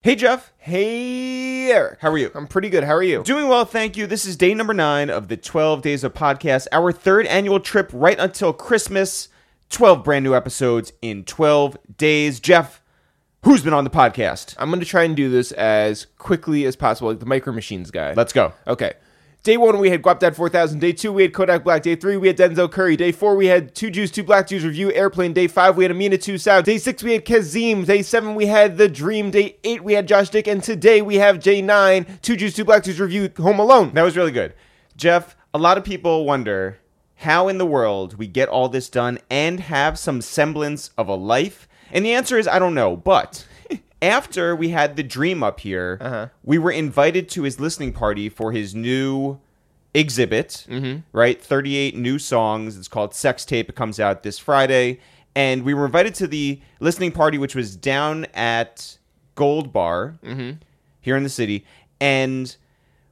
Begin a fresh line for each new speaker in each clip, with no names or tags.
Hey, Jeff.
Hey, Eric.
How are you?
I'm pretty good. How are you?
Doing well, thank you. This is day number nine of the 12 Days of Podcast, our third annual trip right until Christmas. 12 brand new episodes in 12 days. Jeff, who's been on the podcast?
I'm going to try and do this as quickly as possible, like the Micro Machines guy.
Let's go.
Okay. Day one, we had Guapdad 4000. Day two, we had Kodak Black. Day three, we had Denzel Curry. Day four, we had Two Jews, Two Black Jews Review Airplane. Day five, we had Amina Two Sound. Day six, we had Kazim. Day seven, we had The Dream. Day eight, we had Josh Dick. And today, we have J9, Two Jews, Two Black Jews Review Home Alone.
That was really good. Jeff, a lot of people wonder how in the world we get all this done and have some semblance of a life. And the answer is I don't know. But after we had the dream up here, we were invited to his listening party for his new exhibit, right? 38 new songs. It's called Sex Tape. It comes out this Friday. And we were invited to the listening party, which was down at Gold Bar here in the city. And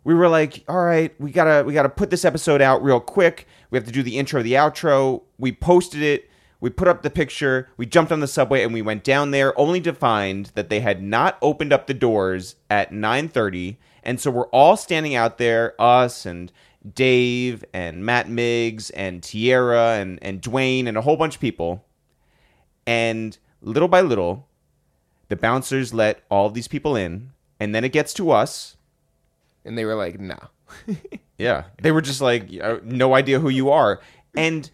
we were like, all right, we gotta we gotta put this episode out real quick. We have to do the intro, the outro. We posted it. We put up the picture. We jumped on the subway and we went down there, only to find that they had not opened up the doors at 9:30, and so we're all standing out there, us and Dave and Matt Miggs and Tierra and and Dwayne and a whole bunch of people. And little by little, the bouncers let all these people in, and then it gets to us.
And they were like, nah.
Yeah. They were just like, uh, no idea who you are. And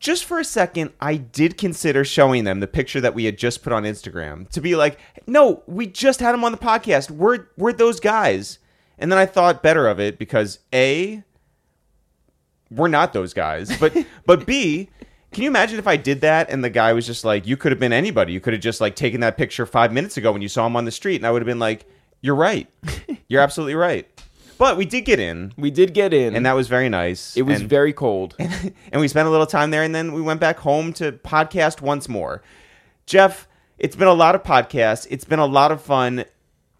just for a second, I did consider showing them the picture that we had just put on Instagram to be like, no, we just had them on the podcast. We're, we're those guys. And then I thought better of it because A, we're not those guys. But, but B, can you imagine if I did that and the guy was just like, you could have been anybody. You could have just like taken that picture five minutes ago when you saw him on the street. And I would have been like, you're right. You're absolutely right. But we did get in
We did get in,
and that was very nice.
it was
and,
very cold.
and we spent a little time there, and then we went back home to podcast once more. Jeff, it's been a lot of podcasts. It's been a lot of fun,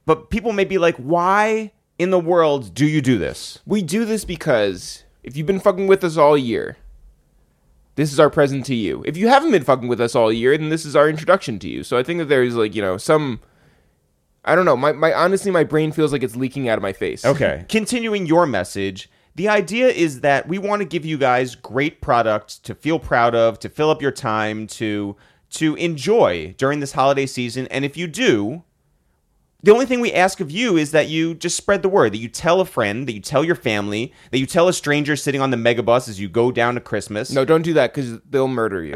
but people may be like, "Why in the world do you do this?"
We do this because if you've been fucking with us all year, this is our present to you. If you haven't been fucking with us all year, then this is our introduction to you. So I think that there is like, you know, some I don't know, my, my honestly my brain feels like it's leaking out of my face.
Continuing your message, the idea is that we want to give you guys great products to feel proud of, to fill up your time, to to enjoy during this holiday season. And if you do, the only thing we ask of you is that you just spread the word, that you tell a friend, that you tell your family, that you tell a stranger sitting on the megabus as you go down to Christmas.
No, don't do that cuz they'll murder you.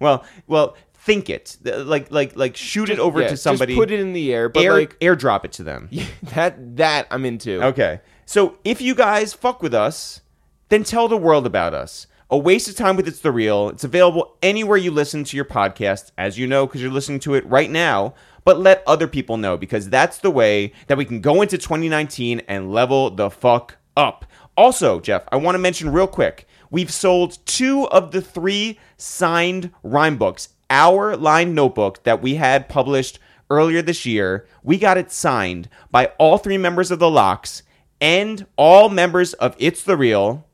well, well, think it. Th- Like like like shoot it over
Yeah,
to somebody.
Just put it in the air, but
air,
like
airdrop it to them.
that that I'm into.
Okay. So if you guys fuck with us, then tell the world about us. A waste of time with It's the Real. It's available anywhere you listen to your podcast, as you know, because you're listening to it right now. But let other people know because that's the way that we can go into 2019 and level the fuck up. Also, Jeff, I want to mention real quick we've sold two of the three signed rhyme books, our line notebook that we had published earlier this year, we got it signed by all three members of the Locks and all members of It's the Real,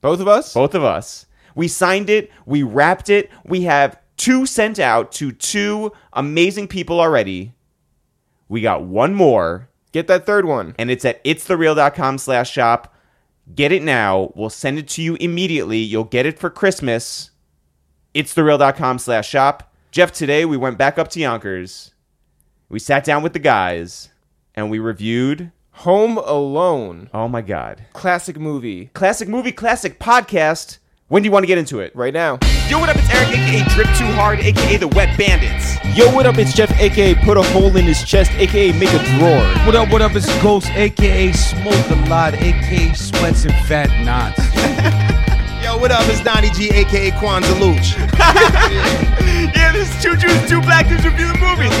Both of us?
both of us. We signed it, we wrapped it, we have two sent out to two amazing people already. We got one more,
Get that third one.
and it's at itsthereal.com slash shop. Get it now. We'll send it to you immediately. You'll get it for Christmas. Itsthereal.com slash shop. Jeff, today we went back up to Yonkers. We sat down with the guys and we reviewed.
Home Alone.
Oh my God.
Classic movie.
Classic movie, classic podcast. When do you want to get into it?
Right now.
Yo, what up? It's Eric, aka Drip Too Hard, aka The Wet Bandits.
Yo, what up? It's Jeff, aka put a hole in his chest, aka make a drawer.
What up, what up? It's Ghost, aka Smoke a Lot, aka Sweats and Fat Knots.
Yo, what up? It's Donnie G, aka Kwanzaa Looch.
Yeah, this is Two Jews, Two Black Dudes reviewing movies.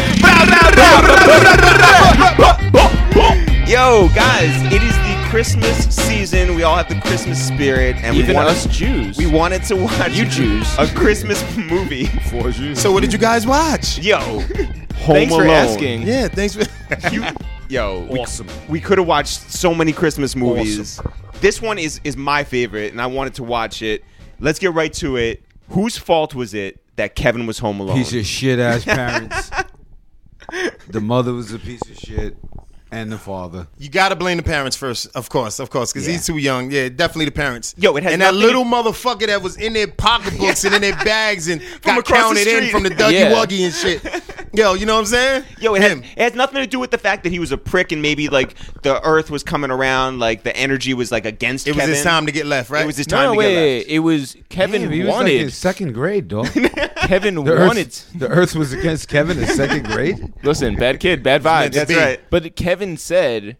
Yo, guys, it is the Christmas season. We all have the Christmas spirit, and we
Even
want
us Jews.
We wanted to watch
You Jews.
a Christmas movie.
So, what did you guys watch?
Yo, Home
Thanks for
Alone.
asking.
Yeah, thanks for.
You, yo, awesome. We, could have watched so many Christmas movies. This one is is my favorite, and I wanted to watch it. Let's get right to it. Whose fault was it that Kevin was home alone?
Piece of shit ass parents. The mother was a piece of shit, and the father.
You gotta blame the parents first, of course, of course, because he's too young. Yeah, definitely the parents.
Yo, it has
and that
nothing to-
little motherfucker that was in their pocketbooks and in their bags and got
across the
counted in
street.
from the Dougie
Yeah.
Wuggie and shit. Yo, you know what I'm saying?
Yo, it, had,
him.
it has nothing to do with the fact that he was a prick and maybe like the Earth was coming around, like the energy was like against
It was
Kevin.
his time to get left, right?
It was his time
No,
to
wait,
get left.
it was Kevin
Damn, he was like
wanted.
in second grade, dog.
Kevin
The earth,
wanted.
the earth was against Kevin in second grade.
Listen, bad kid, bad vibes.
to
That's
be.
right.
But Kevin said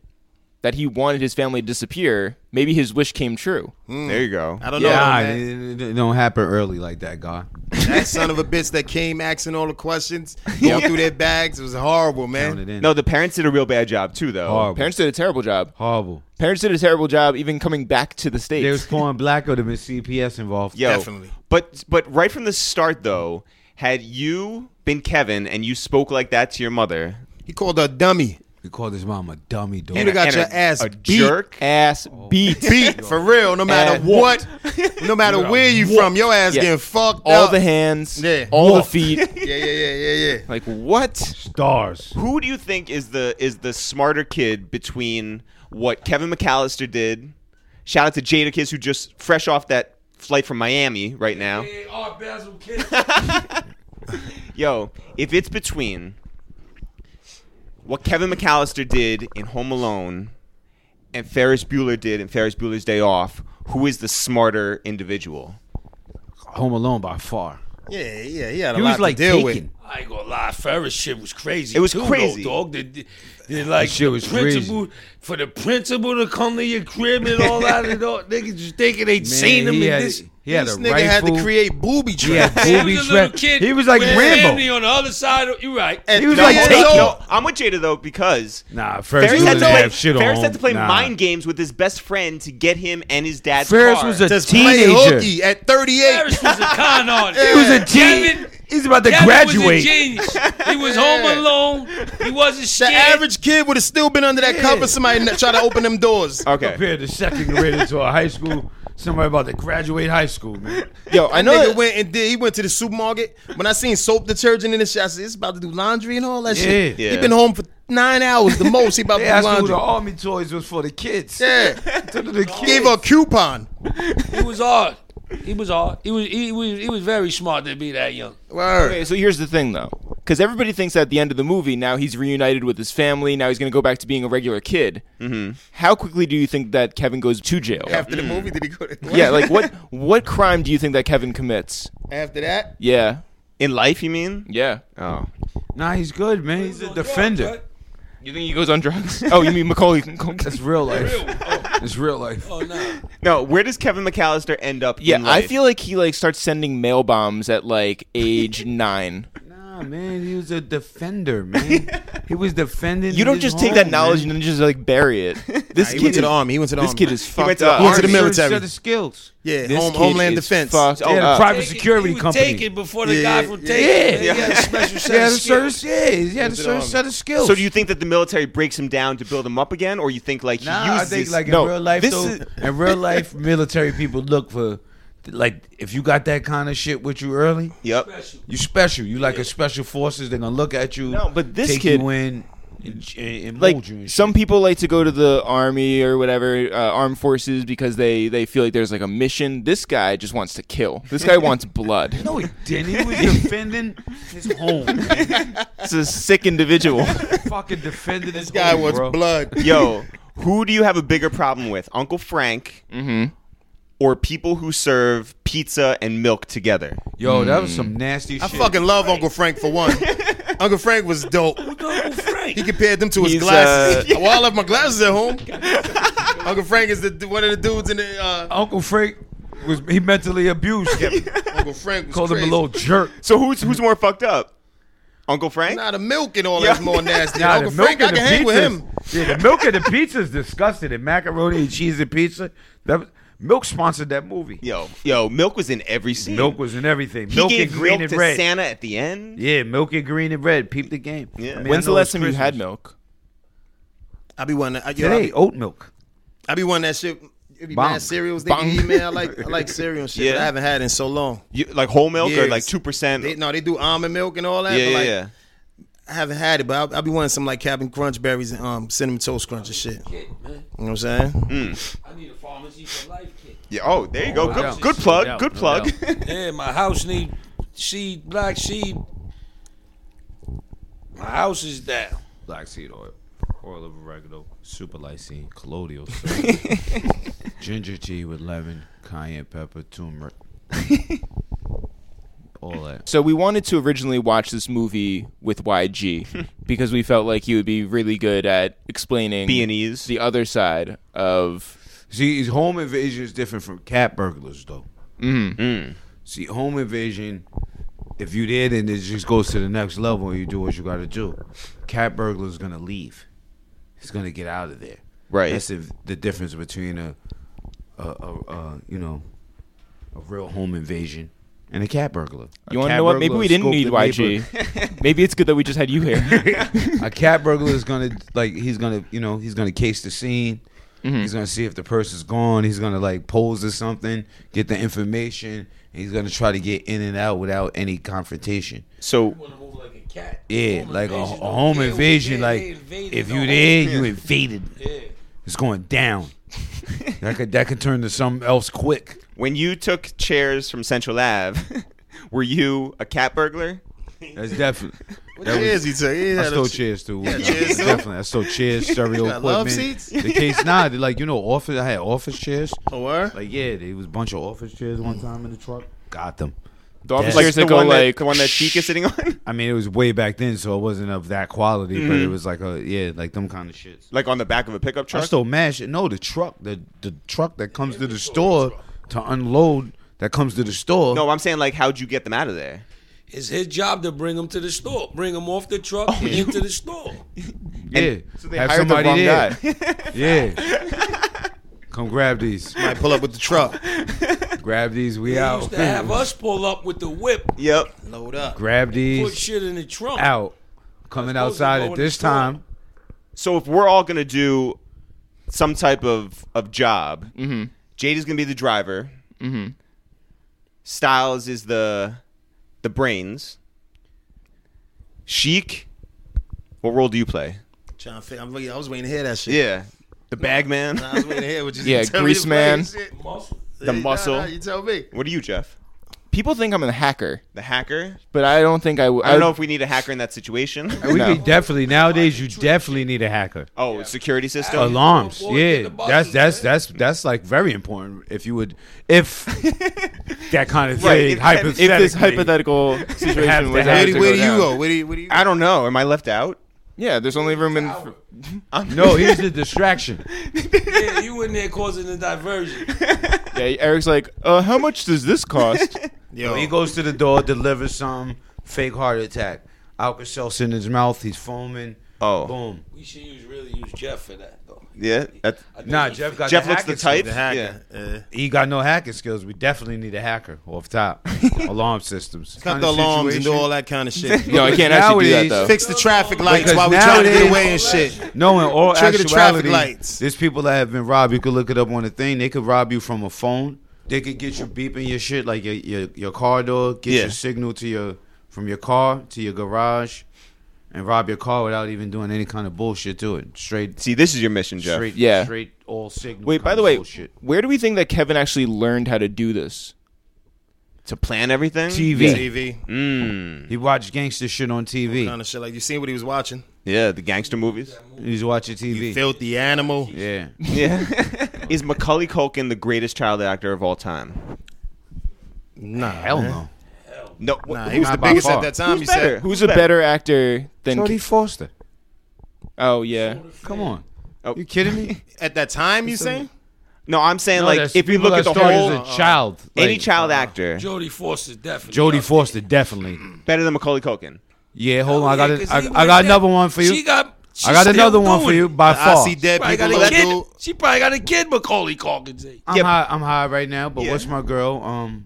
that he wanted his family to disappear. Maybe his wish came true.
There you go.
Mm. I don't know.
Nah,
man.
it, it don't happen early like that, guy.
that son of a bitch that came asking all the questions, going through their bags. It was horrible,
Count it
man.
in.
No, the parents did a real bad job too, though.
horrible,
Parents did a terrible job.
horrible.
Parents did a terrible job even coming back to the States.
They was pouring black or there been CPS involved.
Yo,
Definitely.
But but right from the start, though, had you been Kevin and you spoke like that to your mother,
He called her a dummy.
He called his mom a dummy, dog.
You'd have got
and
your
a,
ass
a
beat.
jerk.
Ass beat.
Beat for real, no matter
And
what, no matter where you from, your ass
Yeah.
getting fucked
all
up.
the hands,
Yeah.
all
Whooped.
the feet.
yeah, yeah, yeah, yeah, yeah.
like what?
Stars.
Who do you think is the is the smarter kid between what Kevin McAllister did? Shout out to Jada Kiss, who just fresh off that flight from Miami right now. Yo, if it's between what Kevin McAllister did in Home Alone and Ferris Bueller did in Ferris Bueller's Day Off, who is the smarter individual?
Home Alone by far.
Yeah, yeah, he had a
He
lot
was like
to deal
taken.
with.
I ain't gonna lie, Ferris shit was crazy.
It was
too,
crazy.
though, dog. The, the, the, like
shit was
the principal for the principal to come to your crib and all that, and all niggas just thinking they'd seen him
he
in
had,
this.
he had
this
a
nigga
rifle.
had to create booby
he had
traps.
He
booby
was a little
trap.
kid.
He was like
with Family
Rambo.
on the other side. Of, you're right.
And-
He was
No,
like
hold
no,
on,
taken.
no, I'm with Jada though because
Nah,
Ferris,
Ferris,
had, to
really
play,
have shit on
Ferris had
him.
to play
Nah.
mind games with his best friend to get him and his dad's
Ferris
car.
was a
Just play
teenager.
hooky at 38.
Ferris was a con artist.
He was a
Kevin-
teen. He's about to
Kevin
graduate.
Was a genius. He was home alone. He wasn't
The
scared.
average kid would have still been under that cover. Somebody n- try to open them doors.
okay.
Compared to second grade to a high school, somebody about to graduate high school, man.
Yo, I
Nigga
know.
went and did, he went to the supermarket. When I seen soap detergent in the shit, I said, "It's about to do laundry and all that shit."
Yeah.
He been home for nine hours the most. He about
They
to do
asked me who
laundry.
the army toys was for the kids.
Yeah,
To the kids.
gave her a coupon.
He was hard. He was hard. He was he was he was very smart to be that young.
Word.
Okay, so here's the thing though, because everybody thinks at the end of the movie now he's reunited with his family. Now he's gonna go back to being a regular kid. Mm-hmm. How quickly do you think that Kevin goes to jail?
After the movie, did he go? To,
yeah, like what what crime do you think that Kevin commits?
after that,
Yeah,
In life, you mean?
yeah.
Oh.
Nah, he's good, man. He's a defender.
You think he goes on drugs? oh, you mean Macaulay?
That's real life. It's real life.
Oh no.
No, where does Kevin McAllister end up?
Yeah,
in
I
life?
feel like he like starts sending mail bombs at like age nine.
Nah, man, he was a defender, man. He was defending.
You don't
his
just take that
home,
knowledge
man.
and then just like bury it. This kid
Nah, he went to
is-
the army. He went to the
This
army.
kid is fucked
went to the
up.
He went to the
He showed each
military. Oh, uh,
other skills.
yeah,
This
home,
kid
Homeland
is
Defense.
fucked
They had
up.
a private
Taken-
security
he was
company.
Taken before the
Yeah,
guy from
yeah.
Taken.
Yeah.
He had a special set
He had
of
a
skills.
certain, yeah, he had a certain set of skills.
So do you think that the military breaks him down to build him up again, or you think like he
Nah, I
uses
think like in
no,
real life,
this
though,
is-
in real life, military people look for, like, if you got that kind of shit with you early,
yep.
Special.
you special. You like a special forces. They're gonna look at you.
No, but this
take
kid-
you in and, and, and
like
mold you. And
some people like to go to the army or whatever uh, armed forces because they they feel like there's like a mission. This guy just wants to kill. This guy wants blood.
shit. no, he didn't. He was defending his home. man.
It's a sick individual.
Fucking defending his
This guy
home,
was
bro.
blood.
Yo, who do you have a bigger problem with, Uncle Frank,
Mm-hmm.
or people who serve pizza and milk together?
Yo, that was some nasty
I
shit.
fucking love Uncle Frank for one. Uncle Frank was dope.
Uncle Frank.
He compared them to
uh,
his
He's,
glasses. well, I left my glasses at home. Uncle Frank is the one of the dudes in the. Uh,
Uncle Frank was he mentally abused. Him.
Uncle Frank was
Called him
crazy.
a little jerk.
So who's who's more fucked up, Uncle Frank?
Nah, the milk and all
Yeah.
that's more nasty.
Nah,
Uncle Frank, I can hang with him.
pizzas- Yeah, the milk and the pizza is disgusting. And macaroni and cheese and pizza. That was, milk sponsored that movie.
Yo, yo, milk was in every scene.
Milk was in everything.
He
milk
gave
and green
milk
and
to
red.
Santa at the end.
Yeah, milk and green and red. Peep the game.
Yeah.
I mean,
When's
I
the
know
last
it's
time you
Christmas.
had milk?
I be wanting that. Yo, I,
Today,
be,
oat milk.
I be wanting that shit. It be
Bong.
mad cereals. They be man. I like I like cereal and shit.
Yeah.
But I haven't had in so long.
You, like whole milk or
Yes.
like two percent?
They, no, they do almond milk and all that.
yeah,
but
yeah,
like,
yeah.
I haven't had it, but I'll, I'll be wanting some like Captain Crunch berries and um cinnamon toast crunch and shit. You
Kit, man.
know what I'm saying?
Mm.
I need a pharmacy for life kit.
Yeah. Oh, there you go.
no
Good,
doubt.
good plug.
No doubt.
good
No
plug.
Yeah, my house need seed, black seed. My house is down.
Black seed oil, oil of oregano, super lysine, colloidal silver, ginger tea with lemon, cayenne pepper, turmeric. All that.
So we wanted to originally watch this movie with YG because we felt like he would be really good at explaining
B&Es.
the other side of
See, his home invasion is different from cat burglars, though.
Mm-hmm.
See, home invasion, if you did, then it just goes to the next level and you do what you got to do. Cat burglar's going to leave. He's going to get out of there.
Right.
That's the, the difference between a, a, a, a, you know, a real home invasion and a cat burglar. A
you want to
cat
know what? Maybe
burglar
we didn't
scoped
need
the
YG. Maybe it's good that we just had you here.
a cat burglar is gonna like he's gonna you know he's gonna case the scene. He's gonna see if the person's gone. He's gonna like pose or something, get the information. and he's gonna try to get in and out without any confrontation.
so
Wanna move like a cat.
Yeah,
Home
like a, a
invasion.
home
Yeah, we
invasion.
did.
Like
They invaded
if
the
you
home.
did, you invaded.
Yeah.
It's going down. that could that could turn to something else quick.
when you took chairs from Central Ave, were you a cat burglar?
That's definitely.
What is he took? He
I
had a
stole
ch-
cheers too.
cheers, too.
definitely. I stole cheers, stereo
You got love
equipment.
seats?
The case nah, they like you know, office. I had office chairs.
Oh, word?
Like yeah, there was a bunch of office chairs one time in the truck. Got them.
the office
Like
chairs
the
that go
one
like
that, the one that Chica's sitting on,
I mean, it was way back then, so it wasn't of that quality, but it was like a yeah, like them kind of shits.
like on the back of a pickup
I
truck.
stole mad shit. No, the truck, the the truck that comes to the store to unload. That comes to the store.
no, I'm saying like, how'd you get them out of there?
It's his job to bring them to the store. Bring them off the truck
Oh,
and into the store.
yeah,
So they hired the wrong guy.
Yeah, come grab these.
Might pull up with the truck.
Grab these. We
They
out.
used to have us pull up with the whip,
yep.
Load up.
grab
put
these
shit in the trunk.
out. Coming outside at this time.
So if we're all gonna do some type of of job, Jade is gonna be the driver. Styles is the the brains. Chic, what role do you play?
Trying to fit. I'm, really- I was waiting to hear that shit.
Yeah, the bag man,
I was waiting to hear what you
Yeah,
tell
grease
me to play
man.
and shit.
Muscle.
the
Nah,
muscle.
nah, you tell me.
What are you, Jeff?
people think I'm a hacker,
The hacker?
but I don't think I. w-
I don't know if we need a hacker in that situation.
We
No.
could definitely nowadays. You definitely need a hacker.
oh, security system.
Alarms,
Boy, get
yeah.
the
That's
buses,
that's
man.
that's that's like very important. If you would, if that kind of
Right,
thing,
if- if
hypothetically,
if this hypothetical
Have
situation
to
was
have
Where,
ever
it.
do-
to
where
go
do
down.
you go? Where do you, where do you
I don't know. Am I left out?
Yeah, there's only room in.
no, here's the distraction.
Yeah, you in there causing a diversion.
Yeah, Eric's like, uh, how much does this cost?
Yo,
He goes to the door, delivers some fake heart attack, Alka Seltz in his mouth, he's foaming.
Oh.
boom!
We should use really use Jeff for that though.
Yeah. that's-
I think
Nah,
he-
Jeff got
Jeff
the
looks the
hacking
type.
skills.
Yeah.
Uh,
He got no hacking skills. We definitely need a hacker off top. Alarm systems.
cut the alarms and do all that kind of shit.
No, I can't actually do that
Nowadays-
though.
Fix the traffic lights
Because
while we trying to get
nowadays-
away and shit.
No, in all
Trigger the
actuality,
traffic lights.
there's people that have been robbed. You could look it up on a thing. They could rob you from a phone. They could get you beeping your shit like your your, your car door, get
Yeah.
your signal to your from your car to your garage, and rob your car without even doing any kind of bullshit to it. Straight,
See, this is your mission, Jeff.
straight,
Yeah.
straight all signal.
Wait, by
kind
the
of
way,
bullshit.
where do we think that Kevin actually learned how to do this?
To plan everything.
TV.
TV,
He watched gangster shit on
kind
TV.
of shit. Like you seen what he was watching?
Yeah, the gangster movies.
He's watching TV.
Filthy animal.
Yeah,
Yeah. is Macaulay Culkin the greatest child actor of all time?
Nah,
hell no.
No. wh-
Nah, he
who's
was the
by
biggest
far.
at that time.
Who's
You
better?
said
Who's a better actor than?
Jodie Foster.
oh yeah,
Come on.
Oh.
You kidding me?
at that time. You saying?
no, I'm saying
No,
like
that's
if you
people
look at
that
the
started
whole
as a child,
any
like-
child actor
Jody Foster's definitely.
Jodie
up
Foster definitely.
better than Macaulay Culkin.
Yeah,
there.
hold on. I
Yeah,
got
'cause
I,
even
I
like
got
that,
another one for
She
you.
got.
I got
she's
another
still
one for
doing
you
it.
by
I
far.
see dead
Probably
people.
got a
Let
kid.
go.
She probably got a kid. Macaulay Culkin. see?
I'm
Yep.
high. I'm high right now. But
Yeah.
what's my girl? Um,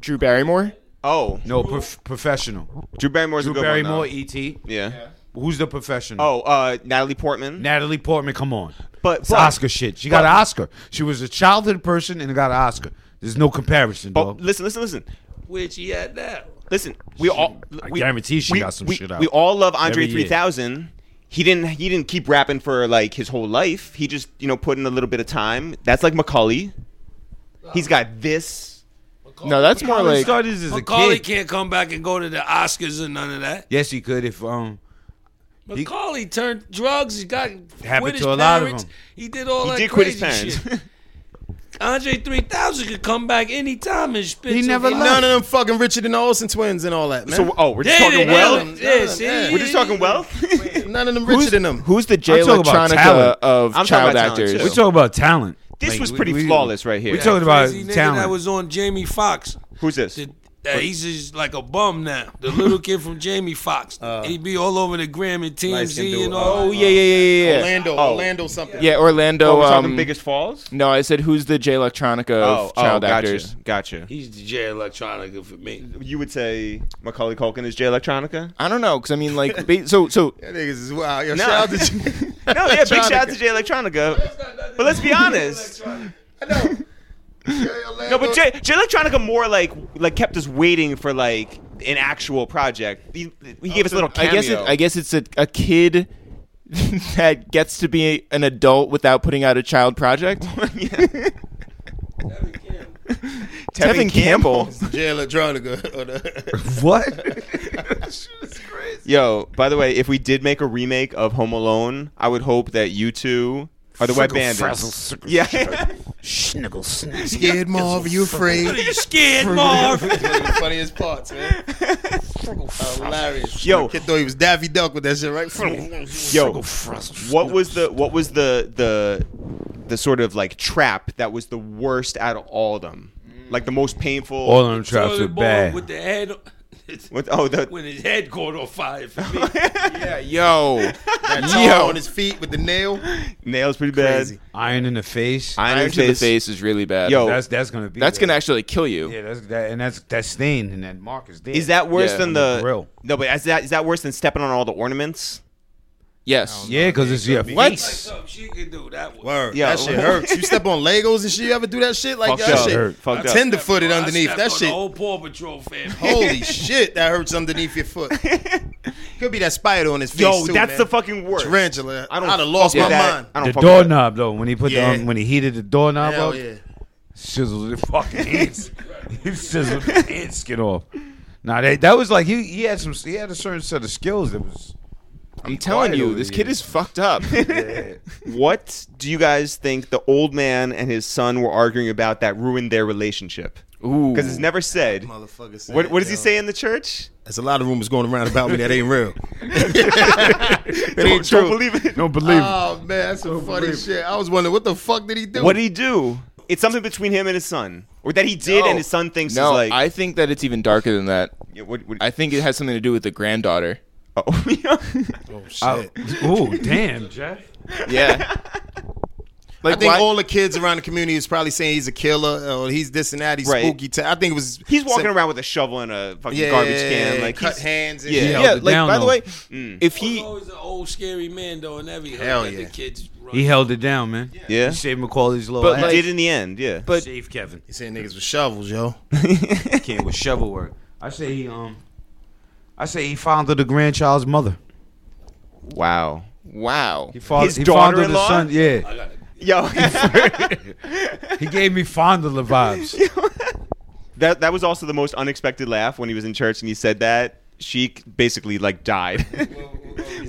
Drew Barrymore.
Oh,
no, prof- professional.
Drew Barrymore's
Drew
a good
Barrymore,
one. though.
E.T.
Yeah.
Who's the professional?
Oh, uh, Natalie Portman.
Natalie Portman. Come on,
but
it's
but-
Oscar shit. She got an Oscar. She was a childhood person and got an Oscar. There's no comparison,
But
dog.
listen, listen, listen.
Where she at now?
Listen, we all
I
we,
guarantee she
we-
got some
we-
shit out.
We all love Andre
Every year.
3000. He didn't he didn't keep rapping for like his whole life. He just, you know, put in a little bit of time. That's like Macaulay. He's got this.
No, that's more
He
like
started as a
Macaulay
kid.
can't come back and go to the Oscars and none of that.
Yes, he could if um.
Macaulay turned drugs. He got
Happened to
quit his
a
parents.
lot of them.
He did all that
He did quit
crazy
his parents.
shit. Andre 3000 could come back anytime and spit.
He
some
never
hot-
left.
None of them fucking Richard and the Olsen twins and all that, man.
so oh, we're just
Yeah,
talking
yeah,
wealth.
yeah, yeah, see?
We're just talking wealth.
None of them Richard and them.
who's the Jay
I'm talking about
Electronica
talent.
of
I'm talking
child
about talent,
actors?
too.
We talking about talent.
this
Like,
was
we-
pretty
we-
flawless right here.
We talking about
Crazy nigga
talent.
that was on Jamie Foxx.
Who's this?
The- that he's just like a bum now. The little kid from Jamie Fox. he be all over the gram and
light-skinned
TMZ
dude.
and all.
Oh yeah, yeah, yeah, yeah, yeah.
Orlando,
Oh.
Orlando something.
Yeah, Orlando.
oh, we're talking
um,
Biggest Falls?
No, I said who's the Jay Electronica of
Oh, oh,
child
gotcha.
actors?
Gotcha.
He's the J Electronica for me.
You would say Macaulay Culkin is Jay Electronica?
I don't know because I mean, like, ba- so so
That niggas is wild. Yo,
No.
shout out to Jay-
No, yeah, big shout out to
Electronica.
Jay Electronica. But let's be honest. No, but Jay, Jay Electronica more like like kept us waiting for like an actual project. He, he gave us a little cameo.
I guess it, I guess it's a, a kid that gets to be an adult without putting out a child project. Tevin Campbell.
Jay Electronica. Or the-
What?
Yo, by the way, if we did make a remake of Home Alone, I would hope that you two are the Wet Bandits. Yeah,
Scared Marv, are you afraid?
What are you scared, Marv?
That's one of the funniest parts, man. Hilarious.
Yo.
kid thought he was Daffy Duck with that shit, right?
yo, what was the what was the the the sort of like trap that was the worst out of all of them? Like the most painful.
All them traps are
Toilet bowl
bad.
With the head,
With- oh, the,
when his head caught on fire for me.
Yo,
Yo.
yo,
on his feet with the nail.
nails pretty bad.
Crazy.
Iron in the face.
Iron,
iron to the face is really bad.
Yo,
That's that's gonna be.
that's
bad.
gonna actually kill you.
Yeah, that's that, and that's that stain and that mark is there.
Is that worse
Yeah,
than
on the
the
grill.
No, but is that is that worse than stepping on all the ornaments?
Yes.
Yeah, because it's your face.
Something she could do that one.
Word.
Yo.
That shit hurts. You step on Legos and shit. You ever do that shit? Like
Fucked
that
up.
shit.
Hurt. Fucked up.
Tender footed
I
underneath.
stepped
That
on
shit.
The whole Paw Patrol fan.
Holy shit, that hurts underneath your foot. Could be that spider on his face.
Yo,
too,
that's
man.
the fucking worst.
tarantula.
I
I
don't
don't I'd have lost
fuck
my
with that.
mind.
I don't
The
fuck with that.
doorknob though, when he put
Yeah.
the, um, when he heated the doorknob
Hell
up,
yeah.
sizzled his fucking hands. he sizzled his hands skin off. Nah, that, that was like he, he had some he had a certain set of skills that was
I'm telling
quiet
you,
over
this
the
kid
years.
is fucked up.
What do you guys think the old man and his son were arguing about that ruined their relationship?
Ooh,
Because it's never said.
Motherfucker. said,
What, what does he
yo,
say in the church?
There's a lot of rumors going around about me that ain't real. that
Don't,
ain't
don't
true.
believe it.
don't believe.
Oh man, that's some funny shit. I was wondering what the fuck did he do?
What did he do? It's something between him and his son, or that he did,
No.
and his son thinks
no,
is like.
I think that it's even darker than that.
Yeah, what, what,
I think it has something to do with the granddaughter.
oh, yeah.
Oh, ooh, damn, Jeff.
Yeah. Like
I think
why-
all the kids around the community is probably saying he's a killer or he's this and that. He's
Right.
spooky. T- I think it was
He's walking
some-
around with a shovel and a fucking garbage can, like
cut
he's-
hands. And
Yeah.
shit.
yeah,
held it
like
down,
by
though.
the way, if
He's
he
always an old scary man though, and every
Hell
hood that
yeah.
the kids. Run.
He held it down, man.
Yeah,
He saved Macaulay's little
But,
ass.
he
like-
did in the end. Yeah,
but
Save Kevin.
He's saying niggas with shovels, yo.
Came with shovel work. I say he um, I say he founded the grandchild's mother.
wow,
wow.
He found
His
he found
daughter-in-law?
the son.
I
Yeah,
got it.
yo,
he gave me Fondler vibes.
That that was also the most unexpected laugh when he was in church and he said that. Sheik basically like died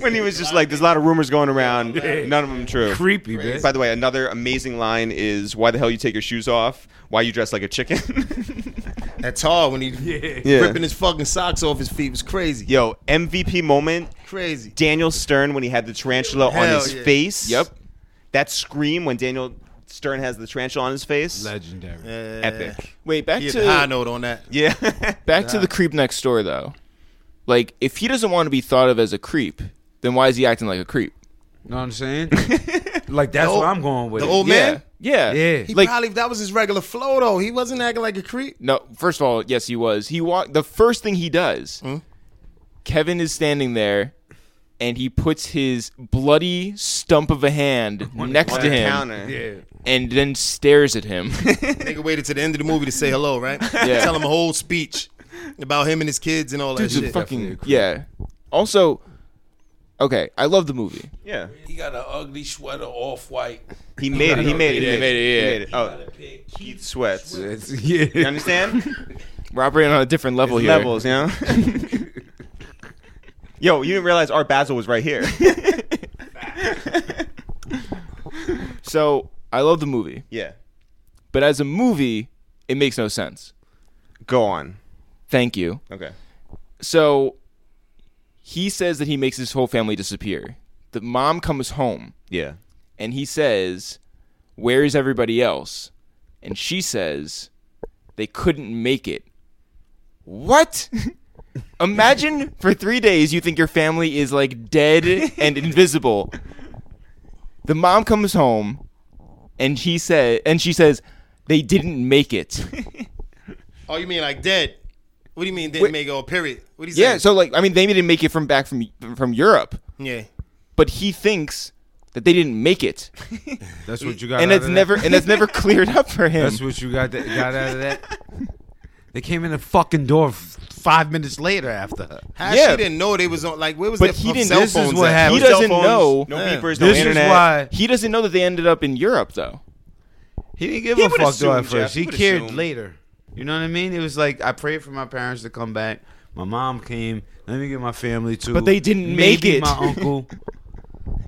when he was just like, "There's a lot of rumors going around, none of them true."
Creepy, man.
By the way, another amazing line is, "Why the hell you take your shoes off? Why you dress like a chicken?"
That's hard when he
Yeah.
ripping his fucking socks off his feet was crazy.
Yo, MVP moment,
Crazy.
Daniel Stern when he had the tarantula on
Hell
his
yeah.
face.
Yep.
that scream when Daniel Stern has the tarantula on his face.
Legendary.
Epic.
Wait, back
He had
to
the high note on that.
Yeah,
back to the creep next door though. Like if he doesn't want to be thought of as a creep, then why is he acting like a creep?
You know what I'm saying? like that's
old-
where I'm going with
The
it.
old man.
Yeah.
Yeah.
Yeah.
He
Like
probably that was his regular flow though. He wasn't acting like a creep.
no, first of all, yes he was. He walked the first thing he does.
Hmm?
Kevin is standing there and he puts his bloody stump of a hand next
On
to
the
him
counter.
and then stares at him.
Nigga waited to the end of the movie to say hello, right?
Yeah.
Tell him a whole speech. about him and his kids and all that
Dude's a
shit.
fucking yeah. Also, okay, I love the movie.
Yeah,
He got an ugly sweater, off white.
he made it. He made it.
Yeah, he made it, yeah.
He made it. Oh, Keith sweats. You
It's- yeah.
understand?
We're operating on a different level here.
Levels, you know. Yo, you didn't realize Art Basil was right here.
So I love the movie,
yeah,
but as a movie, it makes no sense.
go on.
Thank you.
Okay.
So he says that he makes his whole family disappear. The mom comes home
Yeah.
and he says, "Where is everybody else?" And she says, "They couldn't make it." What? Imagine for 3 days you think your family is like dead and invisible. The mom comes home and he said and she says, "They didn't make it."
Oh, you mean like dead? What do you mean didn't
Wait.
make it? Oh, period. What do you
yeah, so like I mean they didn't make it from back from from Europe,
yeah.
but he thinks that they didn't make it.
That's what you got.
and
out
that's
of that?
never and that's never cleared up for him.
That's what you got, that, got out of that. They came in the fucking door f- five minutes later after her.
How
Yeah.
she didn't know they was on. Like where was
But
their
he
fu-
didn't-
cell
this is
phones
what
at?
happened.
he
No
doesn't
phones,
know.
No
Yeah.
beepers. No
This
internet.
is why
He doesn't know that they ended up in Europe though.
he didn't give
He
a
would
fuck
assume,
though at
Jeff.
first.
He
He
would
cared
assume.
later. You know what I mean? It was like I prayed for my parents to come back. My mom came. Let me get my family too.
But they didn't make
Maybe
it.
My uncle.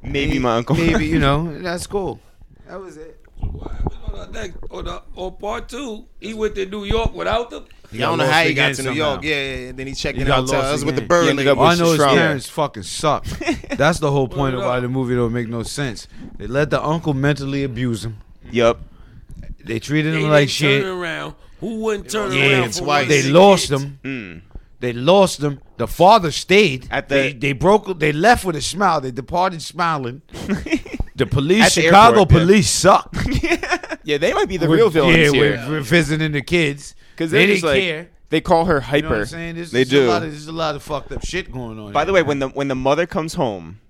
Maybe my uncle.
Maybe you know. That's cool. That was it.
What happened on the next, on, the, on part two? He went to New York without them.
Yeah, I don't
got
know how
lost
he got
again
to New
somehow.
York. Yeah, yeah, yeah. Then he checked
He
in
got
houses
lost
with the
again.
bird.
He ended up
lady.
All I
was
know his
Trump.
parents fucking suck. That's the whole point of why the movie don't make no sense. They let the uncle mentally abuse him.
Yep.
They treated
They
him like
didn't
shit.
Turn around. Who wouldn't turn
Yeah,
around?
it's
for
white.
one
They
sick
lost
kid?
him.
Mm.
They lost him. The father stayed.
At the-
they, they broke. They left with a smile. They departed smiling. the police,
At the
Chicago
airport, yeah.
police, suck.
Yeah, they might be the
With-
real villains
yeah,
here.
with- with visiting the kids
'Cause
they
they're
didn't
just like-
care.
They call her
You know what
hyper.
I'm saying? There's,
They
there's
do.
A lot of, there's a lot of fucked up shit going on.
By
here.
the way, when the when the mother comes home,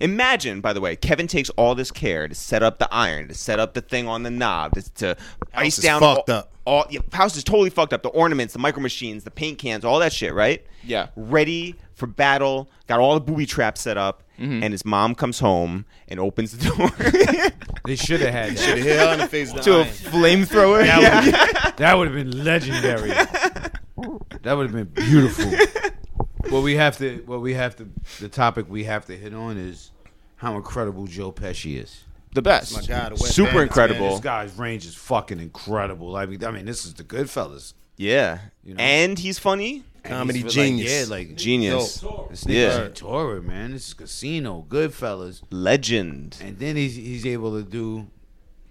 imagine. By the way, Kevin takes all this care to set up the iron, to set up the thing on the knob, to, to ice
is
down.
fucked
all,
up.
All yeah, house is totally fucked up. The ornaments, the micro machines, the paint cans, all that shit. Right.
Yeah.
Ready for battle. Got all the booby traps set up, and his mom comes home and opens the door.
they should have had that.
Shit, hit her in the face.
to a flamethrower.
That would have been legendary. that would have been beautiful. what we have to, what we have to, the topic we have to hit on is how incredible Joe Pesci is.
The best.
My God, the Wet
Super
Bandits, man.
incredible.
This guy's range is fucking incredible. I mean, I mean, this is the Goodfellas.
yeah.
know?
And he's funny.
Comedy
He's like-
genius.
yeah, like
Genius.
This
Yeah.
nigga's a Toro, man. This is Casino, Goodfellas,
Legend.
and then he's he's able to do